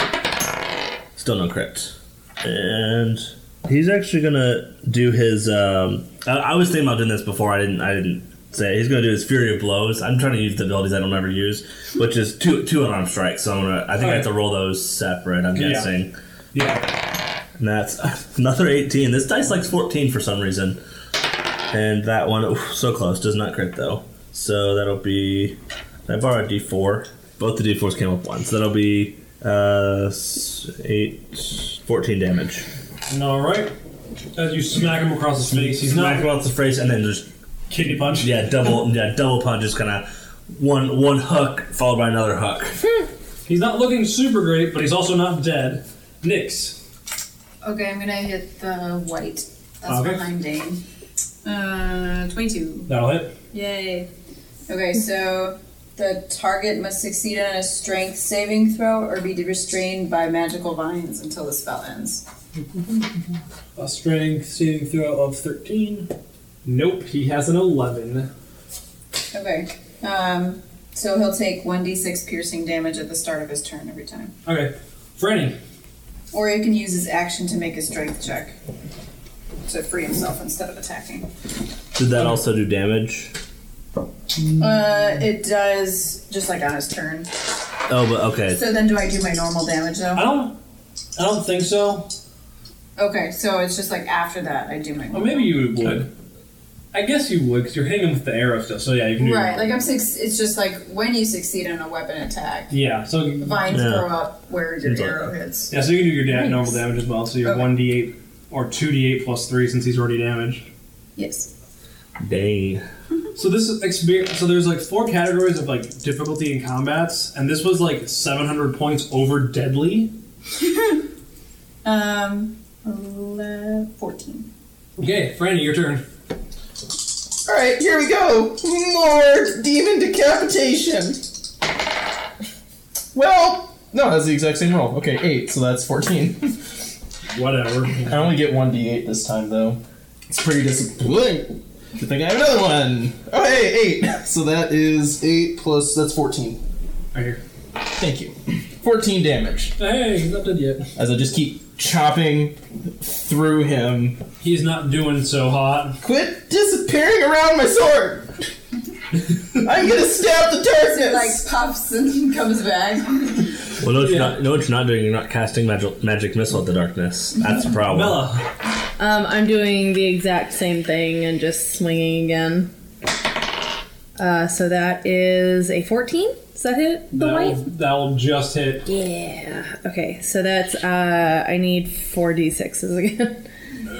Speaker 4: Still no crit. And he's actually gonna do his. Um, I, I was thinking about doing this before. I didn't. I didn't say it. he's gonna do his fury of blows. I'm trying to use the abilities I don't ever use, which is two two unarmed strikes. So I'm gonna. I think I have to roll those separate. I'm
Speaker 2: Yeah.
Speaker 4: guessing.
Speaker 2: Yeah.
Speaker 4: And that's another 18. This dice likes 14 for some reason. And that one, oof, so close, does not crit though. So that'll be. I borrowed a d4. Both the d4s came up once. That'll be uh, s- 8, 14 damage.
Speaker 2: Alright. As you smack him across the face, he's
Speaker 4: Knock
Speaker 2: not.
Speaker 4: him off the face and then just,
Speaker 2: Kidney punch.
Speaker 4: yeah, double, yeah, double punch, just kind of one one hook followed by another hook.
Speaker 2: He's not looking super great, but he's also not dead. Nix.
Speaker 5: Okay, I'm gonna hit the white. That's
Speaker 2: Okay.
Speaker 5: behind Dane. Uh, 22.
Speaker 2: That'll hit.
Speaker 5: Yay. Okay, so the target must succeed on a strength saving throw or be restrained by magical vines until the spell ends.
Speaker 2: A strength saving throw of 13. Nope, he has an 11.
Speaker 5: Okay. Um, so he'll take 1d6 piercing damage at the start of his turn every time.
Speaker 2: Okay, Franny.
Speaker 5: Or he can use his action to make a strength check to free himself instead of attacking.
Speaker 4: Did that also do damage?
Speaker 5: Uh, it does just like on his turn.
Speaker 4: Oh, but okay.
Speaker 5: So then do I do my normal damage
Speaker 2: I
Speaker 5: though?
Speaker 2: don't. I don't think so.
Speaker 5: Okay, so it's just like after that I do my
Speaker 2: Well,
Speaker 5: normal.
Speaker 2: Oh, maybe you would. I guess you would, because you're hitting him with the arrow stuff. So yeah, you can do.
Speaker 5: Right, like I'm six. It's just like when you succeed on a weapon attack,
Speaker 2: Yeah. So yeah,
Speaker 5: vines
Speaker 4: Yeah.
Speaker 5: grow up where your
Speaker 4: Seems like
Speaker 5: arrow hits.
Speaker 2: so you can do your da- normal damage as well. So you're
Speaker 5: Okay.
Speaker 2: one d8 or two d8 plus three since he's already damaged.
Speaker 5: Yes.
Speaker 4: Dang.
Speaker 2: So this is experience. So there's like four categories of like difficulty in combats, and this was like 700 points over deadly.
Speaker 5: Um, ele- fourteen.
Speaker 2: Okay, Franny, your turn.
Speaker 6: Alright, here we go. Lord Demon Decapitation.
Speaker 7: Well, no, that's the exact same roll. Okay, eight, so that's fourteen.
Speaker 2: Whatever.
Speaker 7: I only get one d8 this time though. It's pretty disappointing. Good thing I have another one. Oh hey, eight. So that is eight plus that's fourteen.
Speaker 2: Right here.
Speaker 6: Thank you. 14 damage.
Speaker 2: Hey, he's not dead yet.
Speaker 6: As I just keep chopping through him.
Speaker 2: He's not doing so hot.
Speaker 6: Quit disappearing around my sword! I'm gonna stab the
Speaker 5: It like
Speaker 6: darkness!
Speaker 5: pops and comes back.
Speaker 4: Well, no, what you're
Speaker 2: Yeah.
Speaker 4: not. No, what you're not doing. You're not casting magic magic missile at the darkness. That's the problem.
Speaker 2: Bella.
Speaker 3: Um, I'm doing the exact same thing and just swinging again. Uh, so that is a 14. Does that hit the
Speaker 2: That'll,
Speaker 3: white?
Speaker 2: that'll just hit.
Speaker 3: Yeah. Okay, so that's uh, I need four d6s again.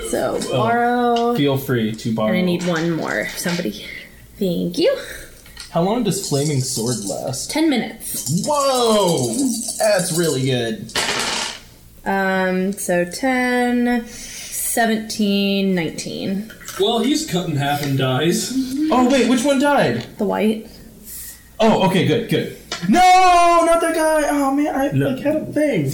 Speaker 3: So borrow,
Speaker 6: Feel free to
Speaker 3: and
Speaker 6: borrow.
Speaker 3: I need one more. Somebody, thank you.
Speaker 6: How long does flaming sword last?
Speaker 3: Ten minutes.
Speaker 6: Whoa! That's really good.
Speaker 3: Um, so 10, 17, 19.
Speaker 2: Well, he's cut in half and dies.
Speaker 6: Oh, wait, which one died?
Speaker 3: The white.
Speaker 6: Oh, okay, good, good. No, not that guy! Oh man, I like, had a thing.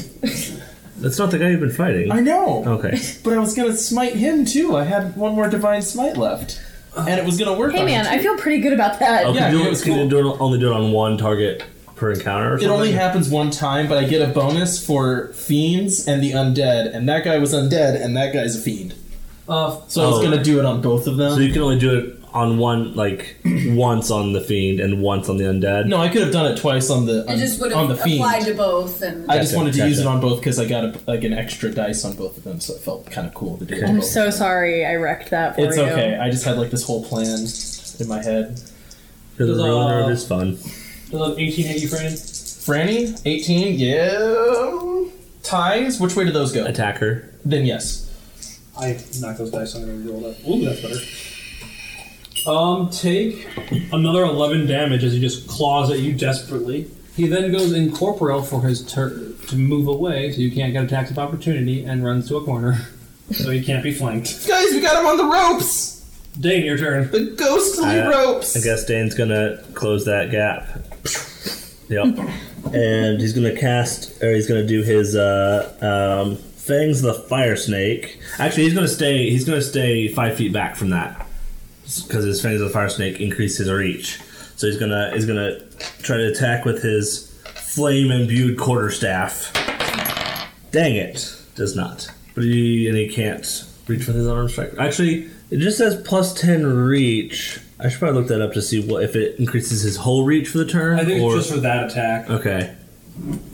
Speaker 4: That's not the guy you've been fighting.
Speaker 6: I know!
Speaker 4: Okay.
Speaker 6: But I was gonna smite him too. I had one more divine smite left, and it was gonna work.
Speaker 3: Hey
Speaker 6: on
Speaker 3: man,
Speaker 6: him.
Speaker 3: I feel pretty good about that.
Speaker 4: Okay.
Speaker 6: Yeah,
Speaker 4: do
Speaker 6: yeah,
Speaker 4: it-
Speaker 6: it's
Speaker 4: can you
Speaker 6: cool.
Speaker 4: do it, only do it on one target per encounter. Or
Speaker 6: it
Speaker 4: something?
Speaker 6: only happens one time, but I get a bonus for fiends and the undead, and that guy was undead, and that guy's a fiend.
Speaker 2: Uh,
Speaker 6: So I was
Speaker 4: Oh.
Speaker 6: gonna do it on both of them.
Speaker 4: So you can only do it on one, like once on the fiend and once on the undead.
Speaker 6: no, I could have done it twice on the
Speaker 5: It
Speaker 6: on,
Speaker 5: just would
Speaker 6: on
Speaker 5: have
Speaker 6: the fiend.
Speaker 5: applied to both, and
Speaker 6: I just
Speaker 4: Gotcha,
Speaker 6: wanted to use it
Speaker 4: gotcha.
Speaker 6: on both because I got a, like an extra dice on both of them, so it felt kind of cool to do. It on
Speaker 3: I'm
Speaker 6: both.
Speaker 3: so sorry I wrecked that for
Speaker 6: it's
Speaker 3: you.
Speaker 6: okay. I just had like this whole plan in my head.
Speaker 4: You're the
Speaker 2: Huzzah.
Speaker 4: ruler
Speaker 6: uh,
Speaker 4: of his fun.
Speaker 2: does an 18 hit you, Fran?
Speaker 6: Franny, eighteen, yeah. Ties. Which way do those go?
Speaker 4: Attacker.
Speaker 6: Then yes.
Speaker 2: I knock those dice on and roll that. Ooh, that's better. Um, take another 11 damage as he just claws at you desperately. He then goes incorporeal for his turn to move away, so you can't get attacks of opportunity, and runs to a corner, so he can't be flanked.
Speaker 6: Guys, we got him on the ropes!
Speaker 2: Dane, your turn.
Speaker 6: The ghostly
Speaker 4: I-
Speaker 6: ropes!
Speaker 4: I guess Dane's gonna close that gap. Yep. and he's gonna cast, or he's gonna do his uh, um, fangs of the fire snake. Actually, he's gonna stay. He's gonna stay five feet back from that because his fangs of the fire snake increase his reach. So he's gonna he's gonna try to attack with his flame imbued quarterstaff. Dang it, does not. But he and he can't reach with his arm strike. Actually, it just says plus ten reach. I should probably look that up to see what if it increases his whole reach for the turn.
Speaker 2: I think
Speaker 4: or,
Speaker 2: just for that attack
Speaker 4: okay.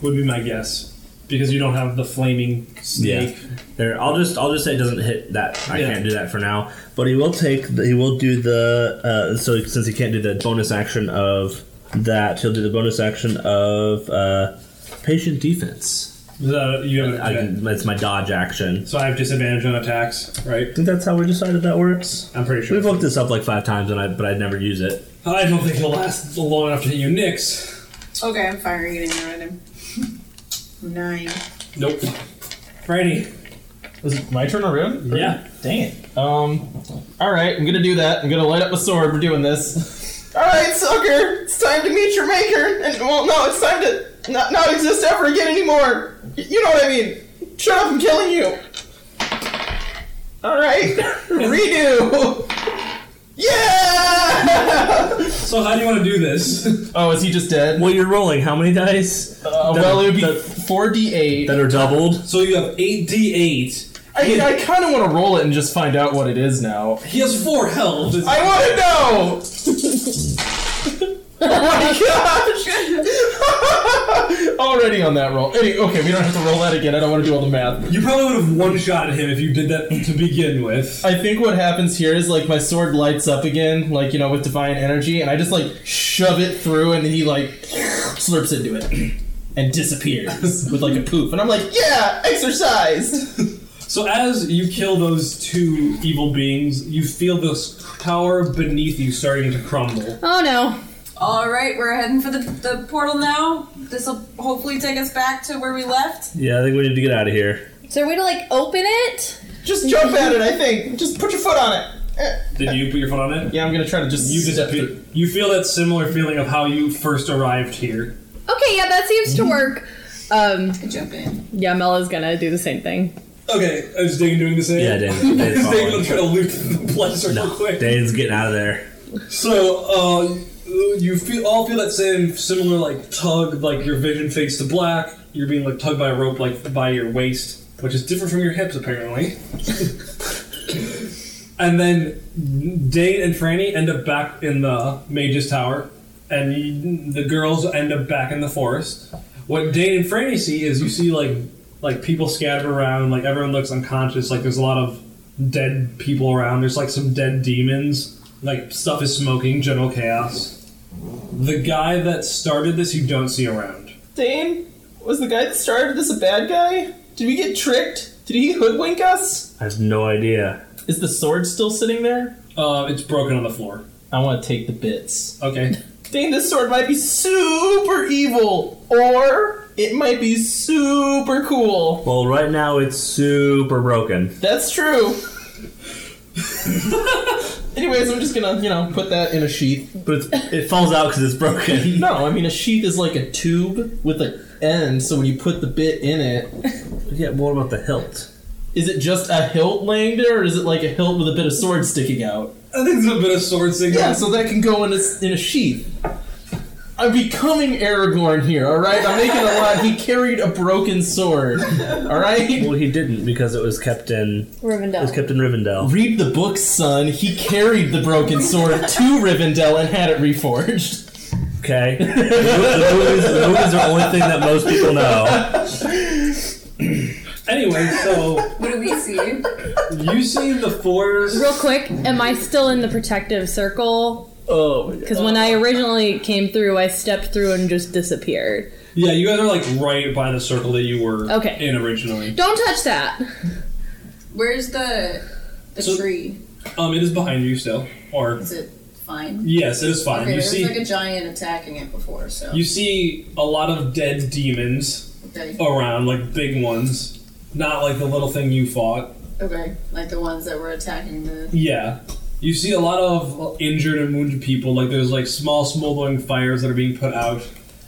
Speaker 2: would be my guess. Because you don't have the flaming snake.
Speaker 4: There, I'll just I'll just say it doesn't hit that. I
Speaker 2: Yeah.
Speaker 4: can't do that for now. But he will take. The, he will do the. Uh, so since he can't do the bonus action of that, he'll do the bonus action of uh, patient defense.
Speaker 2: The- you have an
Speaker 4: I
Speaker 2: advantage.
Speaker 4: can, that's my dodge action.
Speaker 2: So I have disadvantage on attacks, right?
Speaker 4: I think that's how we decided that works.
Speaker 2: I'm pretty sure.
Speaker 4: We've looked this up like five times, and I but I'd never use it.
Speaker 2: I don't think he'll last long enough to hit you, Nix.
Speaker 5: okay, I'm firing it in at him. Nine.
Speaker 2: Nope. Franny.
Speaker 6: Was it my turn around?
Speaker 2: Yeah.
Speaker 6: Dang it. Um, alright, I'm gonna do that. I'm gonna light up my sword. We're doing this. Alright, sucker! It's time to meet your maker! And, well, no, it's time to not, not exist ever again anymore! Y- You know what I mean! Shut up, I'm killing you! Alright, redo! Yeah!
Speaker 2: So how do you want to do this?
Speaker 6: Oh, is he just dead?
Speaker 4: Well, you're rolling how many dice
Speaker 6: Uh,
Speaker 4: that-
Speaker 6: well, it would be
Speaker 4: that-
Speaker 6: 4d8.
Speaker 4: that are doubled?
Speaker 2: so you have eight d eight.
Speaker 6: I mean, I kind of want to roll it and just find out what it is now.
Speaker 2: He has four health.
Speaker 6: I want to know. oh my gosh! Already on that roll. Any, okay, we don't have to roll that again. I don't want to do all the math.
Speaker 2: You probably would have one shot at him if you did that to begin with.
Speaker 6: I think what happens here is like my sword lights up again, like you know, with divine energy, and I just like shove it through, and then he like slurps into it and disappears with like a poof, and I'm like, yeah, exercised.
Speaker 2: So as you kill those two evil beings, you feel this tower beneath you starting to crumble.
Speaker 3: Oh no.
Speaker 5: All right, we're heading for the, the portal now. This will hopefully take us back to where we left.
Speaker 4: Yeah, I think we need to get out of here.
Speaker 3: Is there a way to like open it?
Speaker 6: Just jump at it. I think. Just put your foot on it. Eh.
Speaker 2: Did you put your foot on it?
Speaker 6: Yeah, I'm gonna try to just
Speaker 2: You
Speaker 6: step through.
Speaker 2: disappear. You feel that similar feeling of how you first arrived here.
Speaker 3: Okay, yeah, that seems to work. Um,
Speaker 5: Jump in.
Speaker 3: yeah, Mela's gonna do the same thing.
Speaker 2: Okay, I was Dane doing the same.
Speaker 4: Yeah, Oh, Dane. Dane's,
Speaker 2: Dane will
Speaker 4: following.
Speaker 2: try to loot the blood circle
Speaker 4: No,
Speaker 2: quick.
Speaker 4: Dane's getting out of there.
Speaker 2: So, uh, you feel all feel that same similar like tug, like your vision fades to black. You're being like tugged by a rope, like by your waist, which is different from your hips apparently. and then Dane and Franny end up back in the mage's tower, and you- the girls end up back in the forest. What Dane and Franny see is you see like like people scattered around, like everyone looks unconscious. Like there's a lot of dead people around. There's like some dead demons. Like stuff is smoking. General chaos. The guy that started this you don't see around.
Speaker 6: Dane, was the guy that started this a bad guy? Did we get tricked? Did he hoodwink us?
Speaker 4: I have no idea.
Speaker 7: Is the sword still sitting there?
Speaker 2: Uh, it's broken on the floor.
Speaker 7: I want to take the bits.
Speaker 2: Okay.
Speaker 6: Dane, this sword might be super evil, or it might be super cool.
Speaker 4: Well, right now it's super broken.
Speaker 6: That's true. Anyways, I'm just gonna, you know, put that in a sheath.
Speaker 4: But it's, it falls out because it's broken.
Speaker 7: No, I mean a sheath is like a tube with an end, so when you put the bit in it,
Speaker 4: Yeah, but what about the hilt?
Speaker 7: is it just a hilt laying there, or is it like a hilt with a bit of sword sticking out?
Speaker 2: I think there's a bit of sword signal.
Speaker 7: Yeah, so that can go in a, in a sheath. I'm becoming Aragorn here, alright? I'm making a lot. He carried a broken sword, alright?
Speaker 4: Well, he didn't because it was kept in it was
Speaker 3: Rivendell.
Speaker 4: kept in Rivendell.
Speaker 7: Read the book, son. He carried the broken sword to Rivendell and had it reforged.
Speaker 4: Okay, the, mo- the movies, the movies are the only thing that most people know.
Speaker 2: Anyway, so
Speaker 5: What do we see?
Speaker 2: you see the forest.
Speaker 3: Real quick, am I still in the protective circle?
Speaker 7: Oh,
Speaker 3: Because when I originally came through, I stepped through and just disappeared.
Speaker 2: Yeah, you guys are like right by the circle that you were
Speaker 3: Okay.
Speaker 2: in originally.
Speaker 3: Don't touch that.
Speaker 5: Where's the the
Speaker 2: So-
Speaker 5: tree?
Speaker 2: Um, it is behind you still, or
Speaker 5: Is it fine?
Speaker 2: yes, it is fine.
Speaker 5: Okay,
Speaker 2: you
Speaker 5: there
Speaker 2: see,
Speaker 5: was like a giant attacking it before, so
Speaker 2: you see a lot of dead demons
Speaker 5: okay,
Speaker 2: around, like big ones, not like the little thing you fought.
Speaker 5: okay, like the ones that were attacking the.
Speaker 2: Yeah. You see a lot of injured and wounded people. Like there's like small smoldering fires that are being put out.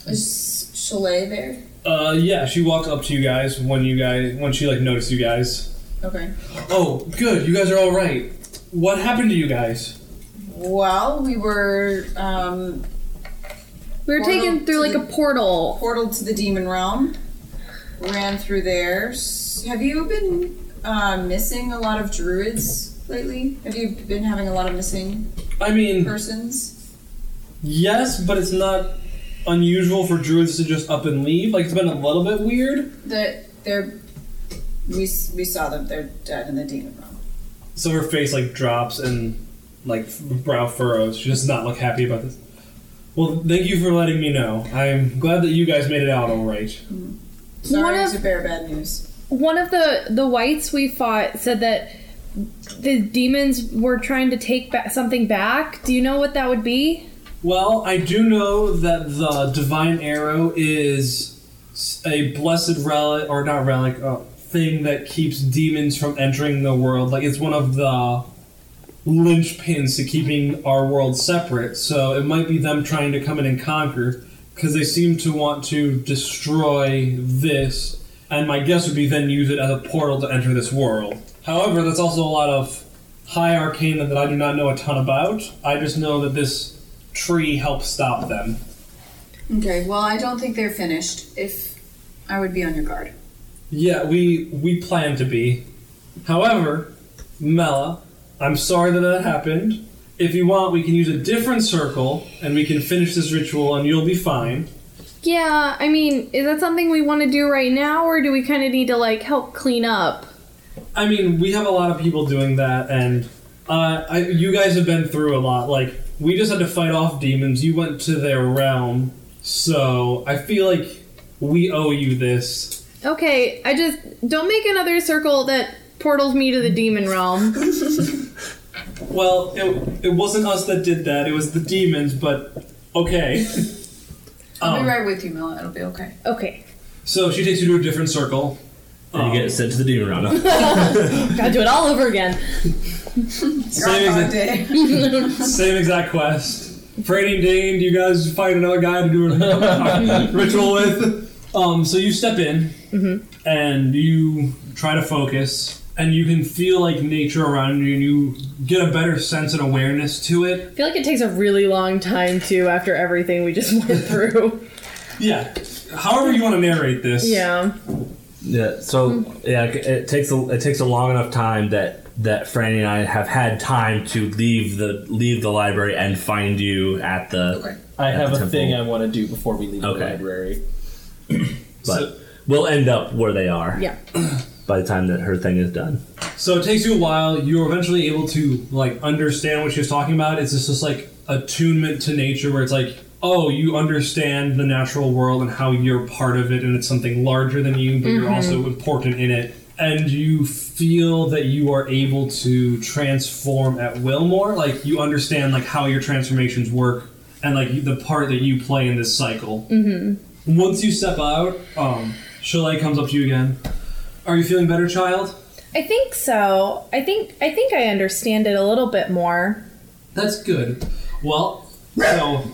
Speaker 5: Is Chalet there?
Speaker 2: Uh, yeah, she walked up to you guys when you guys when she like noticed you guys.
Speaker 5: Okay.
Speaker 2: Oh, good, you guys are all right. What happened to you guys?
Speaker 5: Well, we were um,
Speaker 3: We were
Speaker 5: Portal
Speaker 3: taken through
Speaker 5: to
Speaker 3: like a
Speaker 5: the-
Speaker 3: portal.
Speaker 5: portaled to the demon realm, ran through there. S- Have you been uh, missing a lot of druids lately? Have you been having a lot of missing
Speaker 2: I mean,
Speaker 5: persons?
Speaker 2: yes, but it's not unusual for druids to just up and leave. Like it's been a little bit weird.
Speaker 5: That they're we s- we saw them. They're dead in the demon realm.
Speaker 2: So her face like drops and like f- brow furrows. She does not look happy about this. Well, thank you for letting me know. I'm glad that you guys made it out all right.
Speaker 5: Sorry
Speaker 3: One of-
Speaker 5: to bear bad news.
Speaker 3: One of the the whites we fought said that the demons were trying to take ba- something back. Do you know what that would be?
Speaker 2: Well, I do know that the divine arrow is a blessed relic, or not relic, uh, thing that keeps demons from entering the world. Like it's one of the linchpins to keeping our world separate. So it might be them trying to come in and conquer because they seem to want to destroy this. And my guess would be then use it as a portal to enter this world. However, that's also a lot of high arcana that I do not know a ton about. I just know that this tree helps stop them.
Speaker 5: Okay. Well, I don't think they're finished. If I would be on your guard.
Speaker 2: Yeah, we we plan to be. However, Mela, I'm sorry that that happened. If you want, we can use a different circle and we can finish this ritual and you'll be fine.
Speaker 3: Yeah, I mean, is that something we want to do right now, or do we kind of need to like help clean up?
Speaker 2: I mean, we have a lot of people doing that and uh, I, you guys have been through a lot. Like, we just had to fight off demons. You went to their realm. So, I feel like we owe you this.
Speaker 3: Okay, I just don't make another circle that portals me to the demon realm.
Speaker 2: Well, it, it wasn't us that did that, it was the demons, but okay.
Speaker 5: I'll
Speaker 2: Um,
Speaker 5: be right with you, Mila. It'll be okay.
Speaker 3: Okay,
Speaker 2: So she takes you to a different circle.
Speaker 4: And you get sent to the demon round.
Speaker 3: gotta do it all over again.
Speaker 2: Same exact,
Speaker 5: Groundhog Day.
Speaker 2: same exact quest. Franny and Dane, do you guys find another guy to do a ritual with? Um, so you step in and you try to focus, and you can feel like nature around you, and you get a better sense and awareness to it.
Speaker 3: I feel like it takes a really long time to after everything we just went through.
Speaker 2: Yeah. However you want to narrate this.
Speaker 3: yeah.
Speaker 4: Yeah. So yeah, it- it takes a it takes a long enough time that that Franny and I have had time to leave the leave the library and find you at the.
Speaker 7: I have
Speaker 4: the
Speaker 7: a thing I
Speaker 4: temple.
Speaker 7: want to do before we leave
Speaker 4: Okay.
Speaker 7: the library.
Speaker 4: But
Speaker 2: So-
Speaker 4: we'll end up where they are.
Speaker 3: Yeah.
Speaker 4: By the time that her thing is done.
Speaker 2: So it takes you a while. You're eventually able to like understand what she's talking about. It's just this like attunement to nature, where it's like, oh, you understand the natural world and how you're part of it, and it's something larger than you, but you're also important in it. And you feel that you are able to transform at will more. Like you understand like how your transformations work and like the part that you play in this cycle. Mm-hmm. Once you step out, um, Chalet comes up to you again. Are you feeling better, child?
Speaker 3: I think so. I think I think I understand it a little bit more.
Speaker 2: That's good. Well, so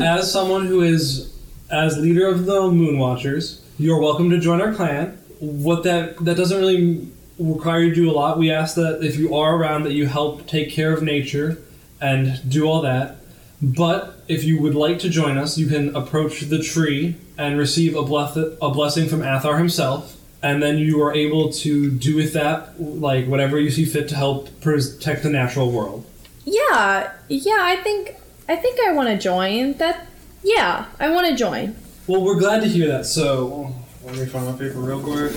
Speaker 2: as someone who is as leader of the Moon Watchers, you're welcome to join our clan. What that that doesn't really require you to do a lot. We ask that if you are around that you help take care of nature and do all that. But if you would like to join us, you can approach the tree and receive a, bless- a blessing from Athar himself. And then you are able to do with that, like, whatever you see fit to help protect the natural world.
Speaker 3: Yeah. Yeah, I think I think I want to join. That yeah, I want to join.
Speaker 2: Well, we're glad to hear that. So, let me find my paper real quick.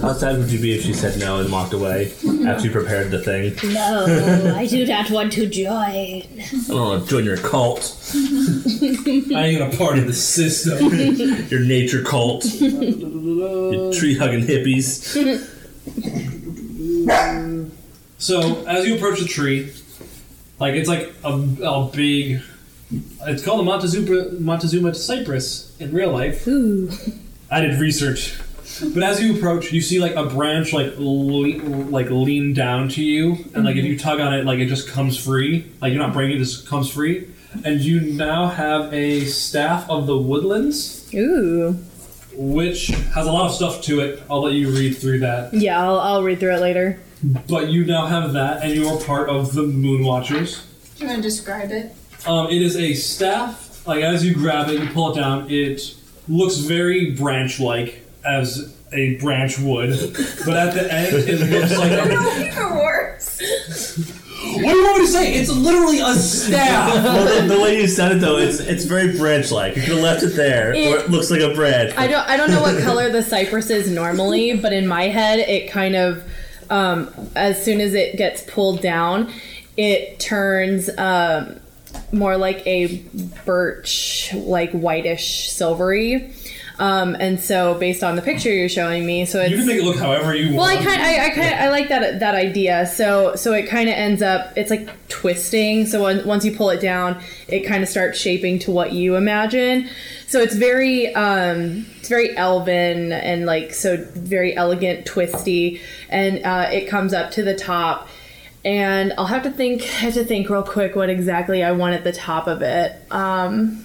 Speaker 4: How sad would you be if she said no and walked away after you prepared the thing?
Speaker 8: No, I do not want to join.
Speaker 4: I don't want to join your cult,
Speaker 2: I ain't a part of the system.
Speaker 4: your nature cult, your tree hugging hippies.
Speaker 2: so, as you approach the tree, like it's like a, a big. It's called the Montezuma, Montezuma cypress in real life.
Speaker 3: Ooh.
Speaker 2: I did research. But as you approach, you see like a branch like le- like lean down to you, and like if you tug on it, like it just comes free. Like you're not breaking, it just comes free. And you now have a staff of the woodlands.
Speaker 3: Ooh.
Speaker 2: which has a lot of stuff to it. I'll let you read through that.
Speaker 3: Yeah, I'll I'll read through it later.
Speaker 2: But you now have that, and you are part of the Moon Watchers.
Speaker 5: Do you want to describe it?
Speaker 2: Um, it is a staff. Like as you grab it, you pull it down. It looks very branch-like, as a branch would. But at the end, it looks like a,
Speaker 5: Paper wars.
Speaker 2: what do you want me to say? It's literally a staff.
Speaker 4: well, the, the way you said it though, it's it's very branch-like. You could have left it there, or it looks like a branch.
Speaker 3: I don't I don't know what color the cypress is normally, but in my head it kind of um, as soon as it gets pulled down, it turns um, more like a birch, like whitish silvery. Um, and so based on the picture you're showing me, so
Speaker 2: You
Speaker 3: it's
Speaker 2: can make it look however you
Speaker 3: well, I
Speaker 2: want.
Speaker 3: kind I, I kind I like that that idea. So so it kind of ends up it's like twisting. So on, once you pull it down, it kind of starts shaping to what you imagine. So it's very um it's very elven and like so very elegant, twisty, and uh, it comes up to the top. And I'll have to think I have to think real quick what exactly I want at the top of it. Um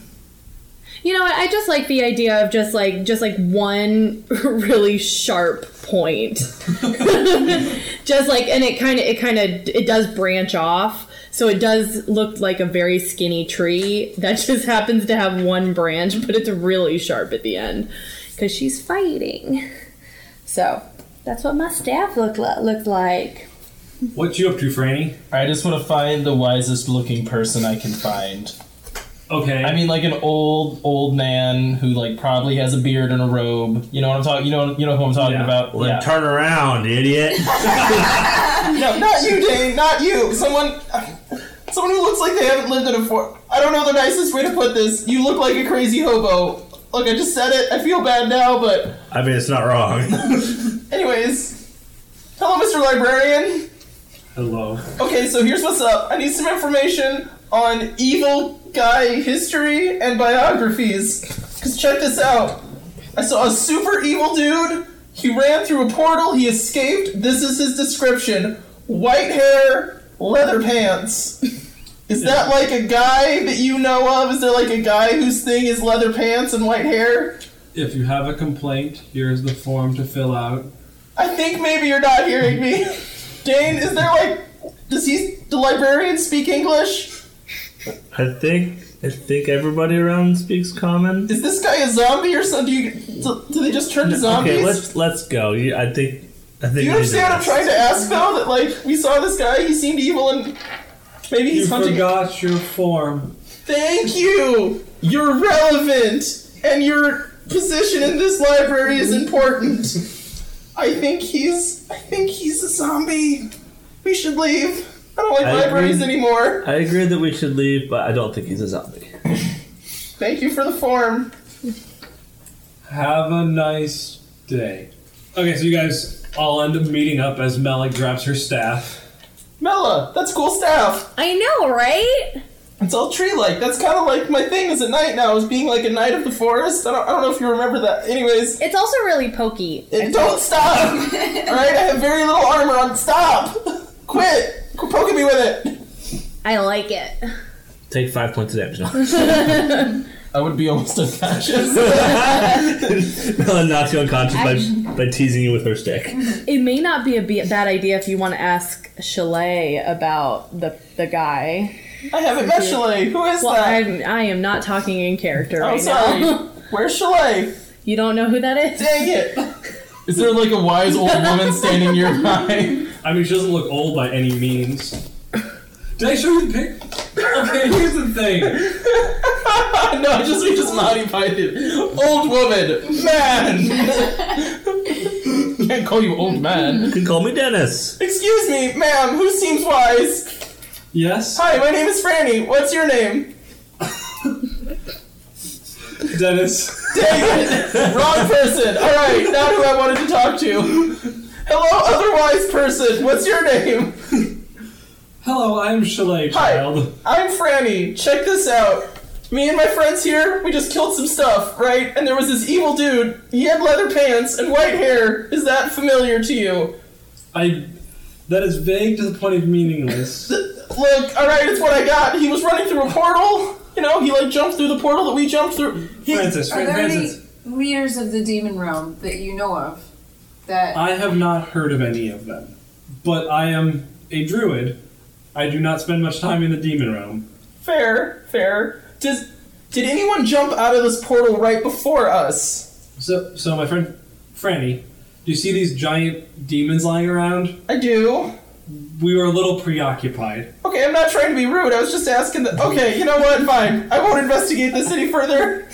Speaker 3: you know what? I just like the idea of just like just like one really sharp point. just like and it kind of it kind of it does branch off. So it does look like a very skinny tree that just happens to have one branch, but it's really sharp at the end cuz she's fighting. So,
Speaker 8: That's what my staff look li- looked like.
Speaker 2: what you up to, Franny?
Speaker 7: I just want to find the wisest looking person I can find.
Speaker 2: Okay.
Speaker 7: I mean, like an old old man who like probably has a beard and a robe. You know what I'm talking? You know you know who I'm talking
Speaker 2: Yeah.
Speaker 7: about?
Speaker 4: Well,
Speaker 7: yeah.
Speaker 4: then turn around, idiot.
Speaker 6: No, not you, Dane. Not you. Someone, someone who looks like they haven't lived in a for. I don't know the nicest way to put this. You look like a crazy hobo. Look, I just said it. I feel bad now, but
Speaker 4: I mean, it's not wrong.
Speaker 6: anyways. Hello, Mr. Librarian.
Speaker 2: hello.
Speaker 6: Okay, so here's what's up. I need some information on evil guy history and biographies. Cause check this out. I saw a super evil dude. He ran through a portal. He escaped. This is his description: white hair, leather pants. Is that like a guy that you know of? Is there like a guy whose thing is leather pants and white hair?
Speaker 2: If you have a complaint, here's the form to fill out.
Speaker 6: I think maybe you're not hearing me. Dane, is there like, does he, the librarian speak English?
Speaker 4: I think I think everybody around speaks common.
Speaker 6: Is this guy a zombie or something? Do, you, do, do they just turn to zombies?
Speaker 4: Okay, let's let's go. You- I think I think.
Speaker 6: Do
Speaker 4: we
Speaker 6: you
Speaker 4: did
Speaker 6: understand what I'm
Speaker 4: this.
Speaker 6: trying to ask though? That like, we saw this guy, he seemed evil and maybe he's
Speaker 2: You
Speaker 6: hunting.
Speaker 2: forgot your form.
Speaker 6: Thank you! You're relevant! And your position in this library is important. I think he's I think he's a zombie. We should leave. I don't like
Speaker 4: I
Speaker 6: libraries
Speaker 4: agree.
Speaker 6: anymore.
Speaker 4: I agree that we should leave, but I don't think he's a zombie.
Speaker 6: Thank you for the form.
Speaker 2: Have a nice day. Okay, so you guys all end up meeting up as Malik grabs her staff.
Speaker 6: Mella, that's cool stuff.
Speaker 8: I know, right?
Speaker 6: It's all tree like. That's kind of like my thing is at night now, is being like a knight of the forest. I don't, I don't know if you remember that. Anyways,
Speaker 8: It's also really pokey.
Speaker 6: it, don't stop! Alright, I have very little armor on. Stop! Quit! Quit poking me with it!
Speaker 8: I like it.
Speaker 4: Take five points of damage.
Speaker 7: I would be almost unconscious.
Speaker 4: Mela knocks you unconscious by, by teasing you with her stick.
Speaker 3: It may not be a be- bad idea if you want to ask Chalet about the the guy.
Speaker 6: I haven't met Chalet. Who is
Speaker 3: Well,
Speaker 6: that?
Speaker 3: I'm, I am not talking in character
Speaker 8: Oh,
Speaker 6: I'm
Speaker 3: right
Speaker 6: sorry.
Speaker 3: now.
Speaker 6: Where's Chalet?
Speaker 3: You don't know who that is?
Speaker 6: Dang it!
Speaker 7: Is there like a wise old woman standing nearby?
Speaker 2: I mean, she doesn't look old by any means. Did I show you the pic? Okay, here's the thing.
Speaker 7: no, just we just modified it. Old woman, man. Can't call you old man.
Speaker 4: You can call me Dennis.
Speaker 6: Excuse me, ma'am, who seems wise?
Speaker 2: Yes,
Speaker 6: Hi, my name is Franny. What's your name?
Speaker 2: Dennis.
Speaker 6: Dang it! Wrong person! Alright, not who I wanted to talk to. Hello, otherwise person. What's your name?
Speaker 2: Hello, I'm Chalet
Speaker 6: Hi.
Speaker 2: Child.
Speaker 6: I'm Franny. Check this out. Me and my friends here, we just killed some stuff, right? And there was this evil dude. He had leather pants and white hair. Is that familiar to you?
Speaker 2: I. That is vague to the point of meaningless.
Speaker 6: Look, alright, it's what I got. He was running through a portal. You know, he like jumped through the portal that we jumped through. He,
Speaker 2: Francis,
Speaker 5: Are
Speaker 2: Fran-
Speaker 5: there any
Speaker 2: Francis.
Speaker 5: leaders of the demon realm that you know of that
Speaker 2: I have not heard of any of them, but I am a druid. I do not spend much time in the demon realm.
Speaker 6: fair, fair. Does did anyone jump out of this portal right before us?
Speaker 2: So, so my friend Franny, do you see these giant demons lying around?
Speaker 6: I do.
Speaker 2: We were a little preoccupied.
Speaker 6: Okay, I'm not trying to be rude. I was just asking the Okay, you know what? Fine. I won't investigate this any further.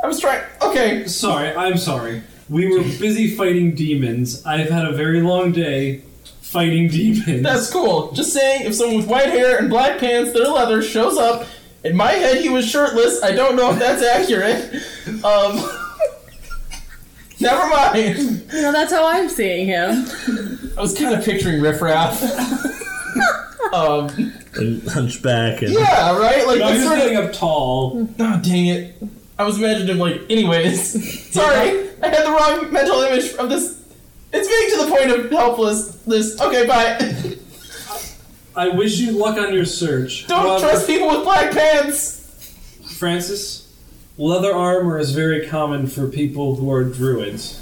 Speaker 6: I was trying. Okay.
Speaker 2: Sorry, I'm sorry. We were busy fighting demons. I've had a very long day fighting demons.
Speaker 6: That's cool. Just saying, if someone with white hair and black pants that are leather shows up, in my head he was shirtless. I don't know if that's accurate. Um, never mind.
Speaker 3: No, that's how I'm seeing him.
Speaker 7: I was kind of picturing riffraff. um,
Speaker 4: And hunchback and
Speaker 6: Yeah, right. Like
Speaker 2: no, I'm
Speaker 6: that's
Speaker 2: just
Speaker 6: sort of.
Speaker 2: getting up tall.
Speaker 7: oh dang it! I was imagining like, anyways.
Speaker 6: Sorry, I had the wrong mental image of this. It's being to the point of helplessness. Okay, bye.
Speaker 2: I wish you luck on your search.
Speaker 6: Don't
Speaker 2: However,
Speaker 6: trust people with black pants.
Speaker 2: Francis, leather armor is very common for people who are druids.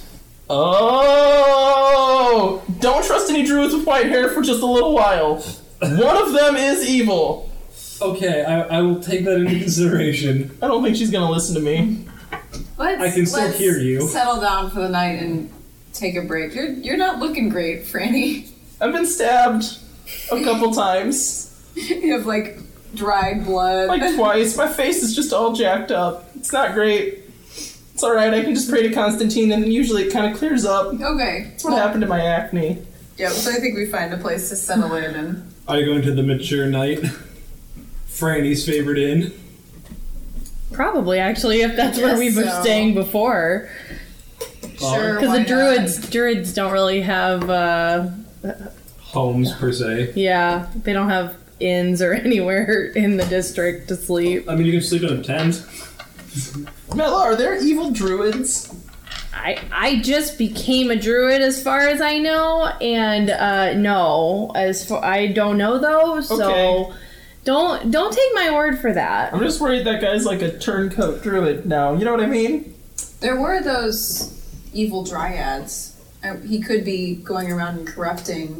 Speaker 6: Oh, don't trust any druids with white hair for just a little while. One of them is evil.
Speaker 2: Okay, I, I will take that into consideration.
Speaker 6: I don't think she's gonna listen to me.
Speaker 5: let's,
Speaker 2: I can still
Speaker 5: let's
Speaker 2: hear you.
Speaker 5: settle down for the night and take a break. You're you're not looking great, Franny.
Speaker 6: I've been stabbed a couple times,
Speaker 5: You have like dry blood.
Speaker 6: like twice. My face is just all jacked up. It's not great. It's all right. I can just pray to Constantine, and usually it kind of clears up.
Speaker 5: okay.
Speaker 6: That's what happened to my acne.
Speaker 5: Yeah, so I think we find a place to settle in and
Speaker 2: Are you going to the mature knight? Franny's favorite inn.
Speaker 3: Probably, actually, if that's where
Speaker 5: Guess
Speaker 3: we were
Speaker 5: so.
Speaker 3: staying before.
Speaker 5: sure.
Speaker 3: Because
Speaker 5: why
Speaker 3: the
Speaker 5: not?
Speaker 3: druids, druids don't really have, uh,
Speaker 2: Homes, per se.
Speaker 3: yeah, they don't have inns or anywhere in the district to sleep.
Speaker 2: I mean, you can sleep in a tent.
Speaker 6: Mela, are there evil druids?
Speaker 3: I I just became a druid as far as I know, and uh, no, as for I don't know though, so
Speaker 6: Okay.
Speaker 3: don't don't take my word for that.
Speaker 6: I'm just worried that guy's like a turncoat druid now. You know what I mean?
Speaker 5: There were those evil dryads Uh, he could be going around and corrupting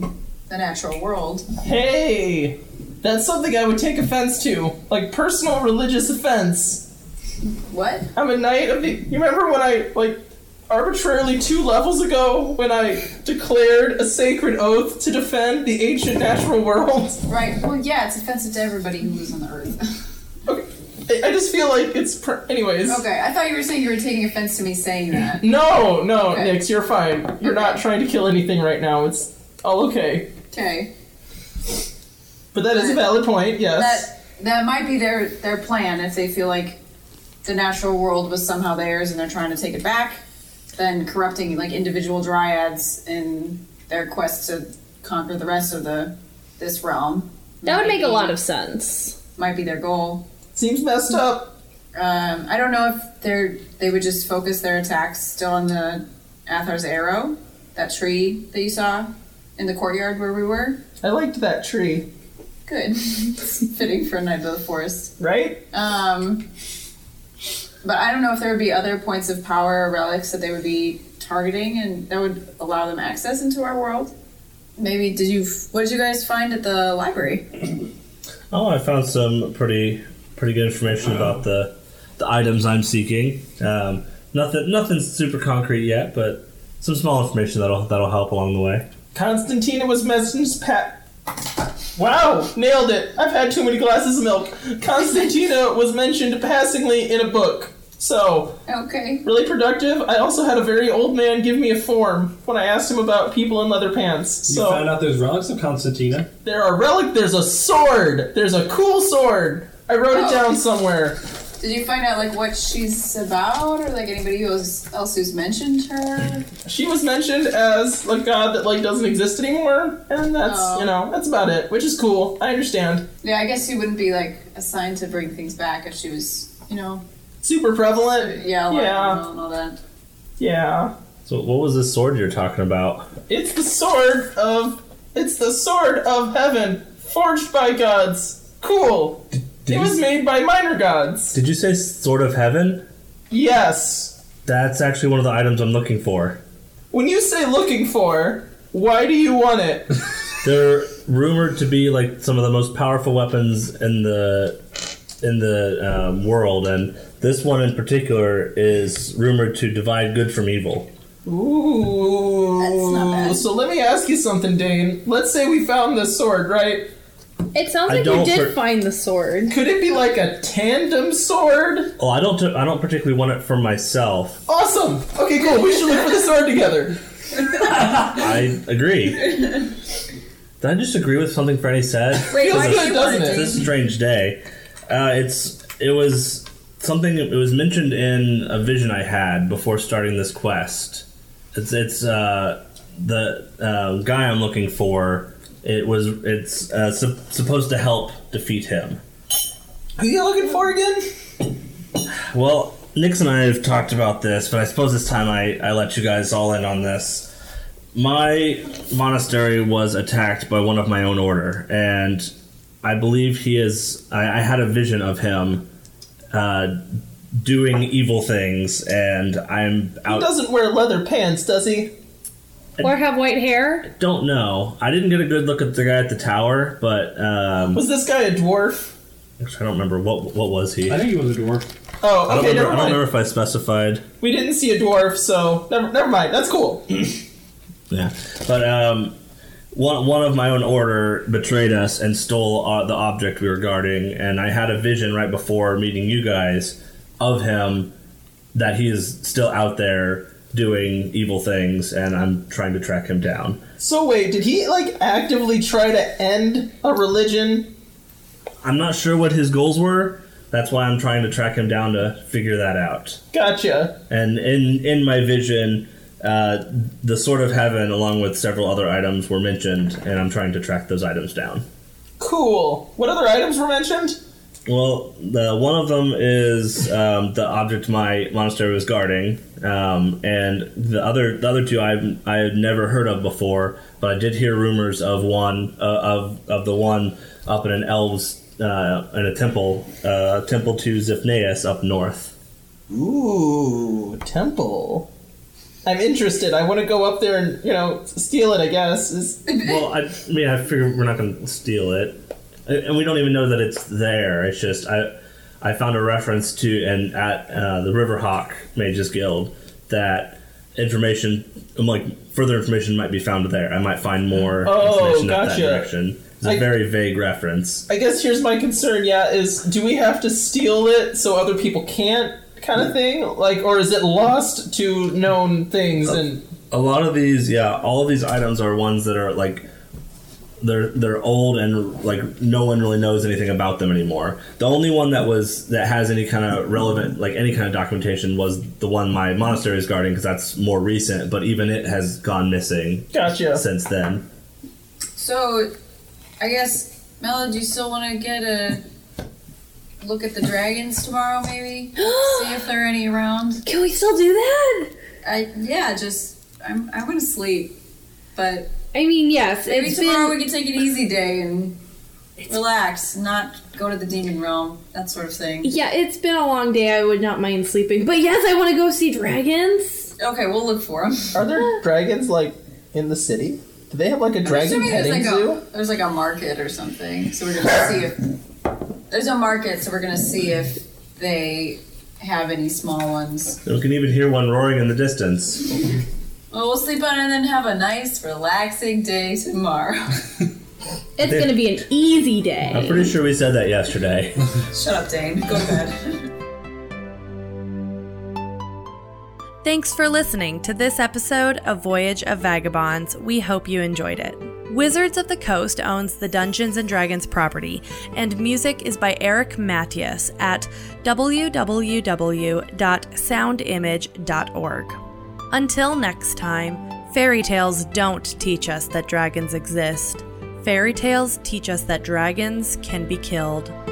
Speaker 5: the natural world.
Speaker 6: Hey, that's something I would take offense to, like personal religious offense.
Speaker 5: What?
Speaker 6: I'm a knight of the. You remember when I like arbitrarily two levels ago when I declared a sacred oath to defend the ancient natural world?
Speaker 5: Right. Well, yeah, it's offensive to everybody who lives on the earth.
Speaker 6: Okay, I- I just feel like it's. Per- anyways.
Speaker 5: okay, I thought you were saying you were taking offense to me saying that.
Speaker 6: No, no,
Speaker 5: Okay.
Speaker 6: Nix, you're fine. You're not trying to kill anything right now. It's all okay.
Speaker 5: Okay.
Speaker 6: But that is a valid point. Yes.
Speaker 5: That that might be their their plan if they feel like the natural world was somehow theirs and they're trying to take it back, then corrupting like individual dryads in their quest to conquer the rest of the this realm.
Speaker 8: That would make a lot of sense.
Speaker 5: might be their goal.
Speaker 6: Seems messed up.
Speaker 5: Um, I don't know if they're they would just focus their attacks still on the Athar's arrow, that tree that you saw in the courtyard where we were.
Speaker 6: I liked that tree,
Speaker 5: Good, fitting for a night of the forest.
Speaker 6: right?
Speaker 5: Um, but I don't know if there would be other points of power or relics that they would be targeting, and that would allow them access into our world. Maybe did you? What did you guys find at the library?
Speaker 4: Oh, I found some pretty pretty good information about the the items I'm seeking. Um, nothing nothing super concrete yet, but some small information that'll that'll help along the way.
Speaker 6: Constantina was Messenger's pet. Wow, nailed it. I've had too many glasses of milk. Constantina was mentioned passingly in a book. So,
Speaker 5: Okay,
Speaker 6: really productive. I also had a very old man give me a form when I asked him about people in leather pants.
Speaker 2: You
Speaker 6: so,
Speaker 2: found out there's relics of Constantina.
Speaker 6: there are relic, there's a sword. There's a cool sword. I wrote it
Speaker 5: Oh.
Speaker 6: down somewhere.
Speaker 5: did you find out like what she's about, or like anybody else else who's mentioned her?
Speaker 6: She was mentioned as a god that like doesn't exist anymore, and that's
Speaker 5: Oh.
Speaker 6: you know that's about it, which is cool. I understand.
Speaker 5: Yeah, I guess you wouldn't be like assigned to bring things back if she was, you know,
Speaker 6: Super prevalent.
Speaker 5: yeah, like,
Speaker 6: Yeah.
Speaker 5: and all that.
Speaker 6: Yeah.
Speaker 4: So, what was this sword you're talking about?
Speaker 6: It's the sword of. It's the sword of heaven, forged by gods. Cool.
Speaker 4: Did
Speaker 6: it was
Speaker 4: you,
Speaker 6: made by minor gods.
Speaker 4: did you say sword of heaven?
Speaker 6: Yes.
Speaker 4: That's actually one of the items I'm looking for.
Speaker 6: When you say looking for, why do you want it?
Speaker 4: They're rumored to be like some of the most powerful weapons in the in the um, world, and this one in particular is rumored to divide good from evil.
Speaker 6: Ooh.
Speaker 5: That's not bad.
Speaker 6: So let me ask you something, Dane. Let's say we found this sword, right?
Speaker 3: It sounds
Speaker 4: I
Speaker 3: like you
Speaker 4: don't
Speaker 3: did
Speaker 4: per-
Speaker 3: find the sword.
Speaker 6: Could it be like a tandem sword?
Speaker 4: Oh, I don't. T- I don't particularly want it for myself.
Speaker 6: Awesome. Okay, cool. We should look for the sword together.
Speaker 4: I agree. Did I just agree with something Freddie said?
Speaker 5: Wait,
Speaker 6: Feels
Speaker 5: why do
Speaker 6: good,
Speaker 5: you want
Speaker 6: doesn't
Speaker 5: it?
Speaker 6: it?
Speaker 4: It's a strange day. Uh, it's it was something. It was mentioned in a vision I had before starting this quest. It's it's uh, the uh, guy I'm looking for. It was it's uh, sup- supposed to help defeat him.
Speaker 6: Who you looking for again?
Speaker 4: Well, Nix and I have talked about this, but I suppose this time I, I let you guys all in on this. My monastery was attacked by one of my own order, and I believe he is. I, I had a vision of him uh, doing evil things, and I'm
Speaker 6: He
Speaker 4: out.
Speaker 6: doesn't wear leather pants, does he?
Speaker 3: Or have white hair?
Speaker 4: Don't know. I didn't get a good look at the guy at the tower, but um,
Speaker 6: Was this guy a dwarf?
Speaker 4: actually, I don't remember what what was he.
Speaker 2: I
Speaker 4: I
Speaker 2: think he was a dwarf.
Speaker 6: Oh,
Speaker 4: don't,
Speaker 6: okay,
Speaker 4: remember, I
Speaker 6: never mind.
Speaker 4: don't remember if I specified.
Speaker 6: We didn't see a dwarf, so never, never mind. That's cool.
Speaker 4: Yeah, but um, one one of my own order betrayed us and stole uh, the object we were guarding, and I had a vision right before meeting you guys of him that he is still out there doing evil things, and I'm trying to track him down.
Speaker 6: So wait, did he like actively try to end a religion?
Speaker 4: I'm not sure what his goals were. That's why I'm trying to track him down to figure that out.
Speaker 6: Gotcha.
Speaker 4: And in in my vision, uh, the sword of heaven, along with several other items, were mentioned, and I'm trying to track those items down.
Speaker 6: Cool. What other items were mentioned?
Speaker 4: Well, the, one of them is um, the object my monastery was guarding, um, and the other the other two I I had never heard of before, but I did hear rumors of one uh, of of the one up in an elves uh, in a temple uh, temple to Zephnaeus up north.
Speaker 6: Ooh, temple. I'm interested. I want to go up there and you know steal it. I guess is
Speaker 4: Well, I, I mean, I figure we're not going to steal it, and and we don't even know that it's there. It's just I, I found a reference to and at uh, the Riverhawk Mages Guild that information, um, like further information, might be found there. I might find more
Speaker 6: Oh,
Speaker 4: information up that
Speaker 6: gotcha.
Speaker 4: direction. It's a
Speaker 6: I-
Speaker 4: very vague reference.
Speaker 6: I guess here's my concern. Yeah, is do we have to steal it so other people can't kind of thing? Like, or is it lost to known things? And
Speaker 4: A lot of these, yeah, all of these items are ones that are like. They're, they're old and like no one really knows anything about them anymore. The only one that was that has any kind of relevant like any kind of documentation was the one my monastery is guarding because that's more recent. But even it has gone missing
Speaker 6: gotcha.
Speaker 4: since then.
Speaker 5: So, I guess, Mel, do you still want to get a look at the dragons tomorrow, maybe? See if there are any around?
Speaker 8: Can we still do that?
Speaker 5: I Yeah, just, I'm, I'm going to sleep. But
Speaker 8: I mean, yes,
Speaker 5: maybe
Speaker 8: it's
Speaker 5: tomorrow
Speaker 8: been
Speaker 5: we can take an easy day and relax, not go to the demon realm, that sort of thing.
Speaker 8: yeah, it's been a long day. I would not mind sleeping, but yes, I want to go see dragons.
Speaker 5: Okay, we'll look for them.
Speaker 6: Are there dragons like in the city? Do they have like a dragon
Speaker 5: Assuming there's
Speaker 6: petting
Speaker 5: like
Speaker 6: zoo?
Speaker 5: a there's like a market or something, so we're gonna see if there's a market, so we're gonna see if they have any small ones.
Speaker 4: You can even hear one roaring in the distance.
Speaker 5: Well, we'll sleep on it and then have a nice, relaxing day tomorrow.
Speaker 8: It's gonna be an easy day.
Speaker 4: I'm pretty sure we said that yesterday.
Speaker 5: Shut up, Dane. Go to bed.
Speaker 3: Thanks for listening to this episode of Voyage of Vagabonds. We hope you enjoyed it. Wizards of the Coast owns the Dungeons and Dragons property, and music is by Eric Matias at www.soundimage.org. Until next time, fairy tales don't teach us that dragons exist. Fairy tales teach us that dragons can be killed.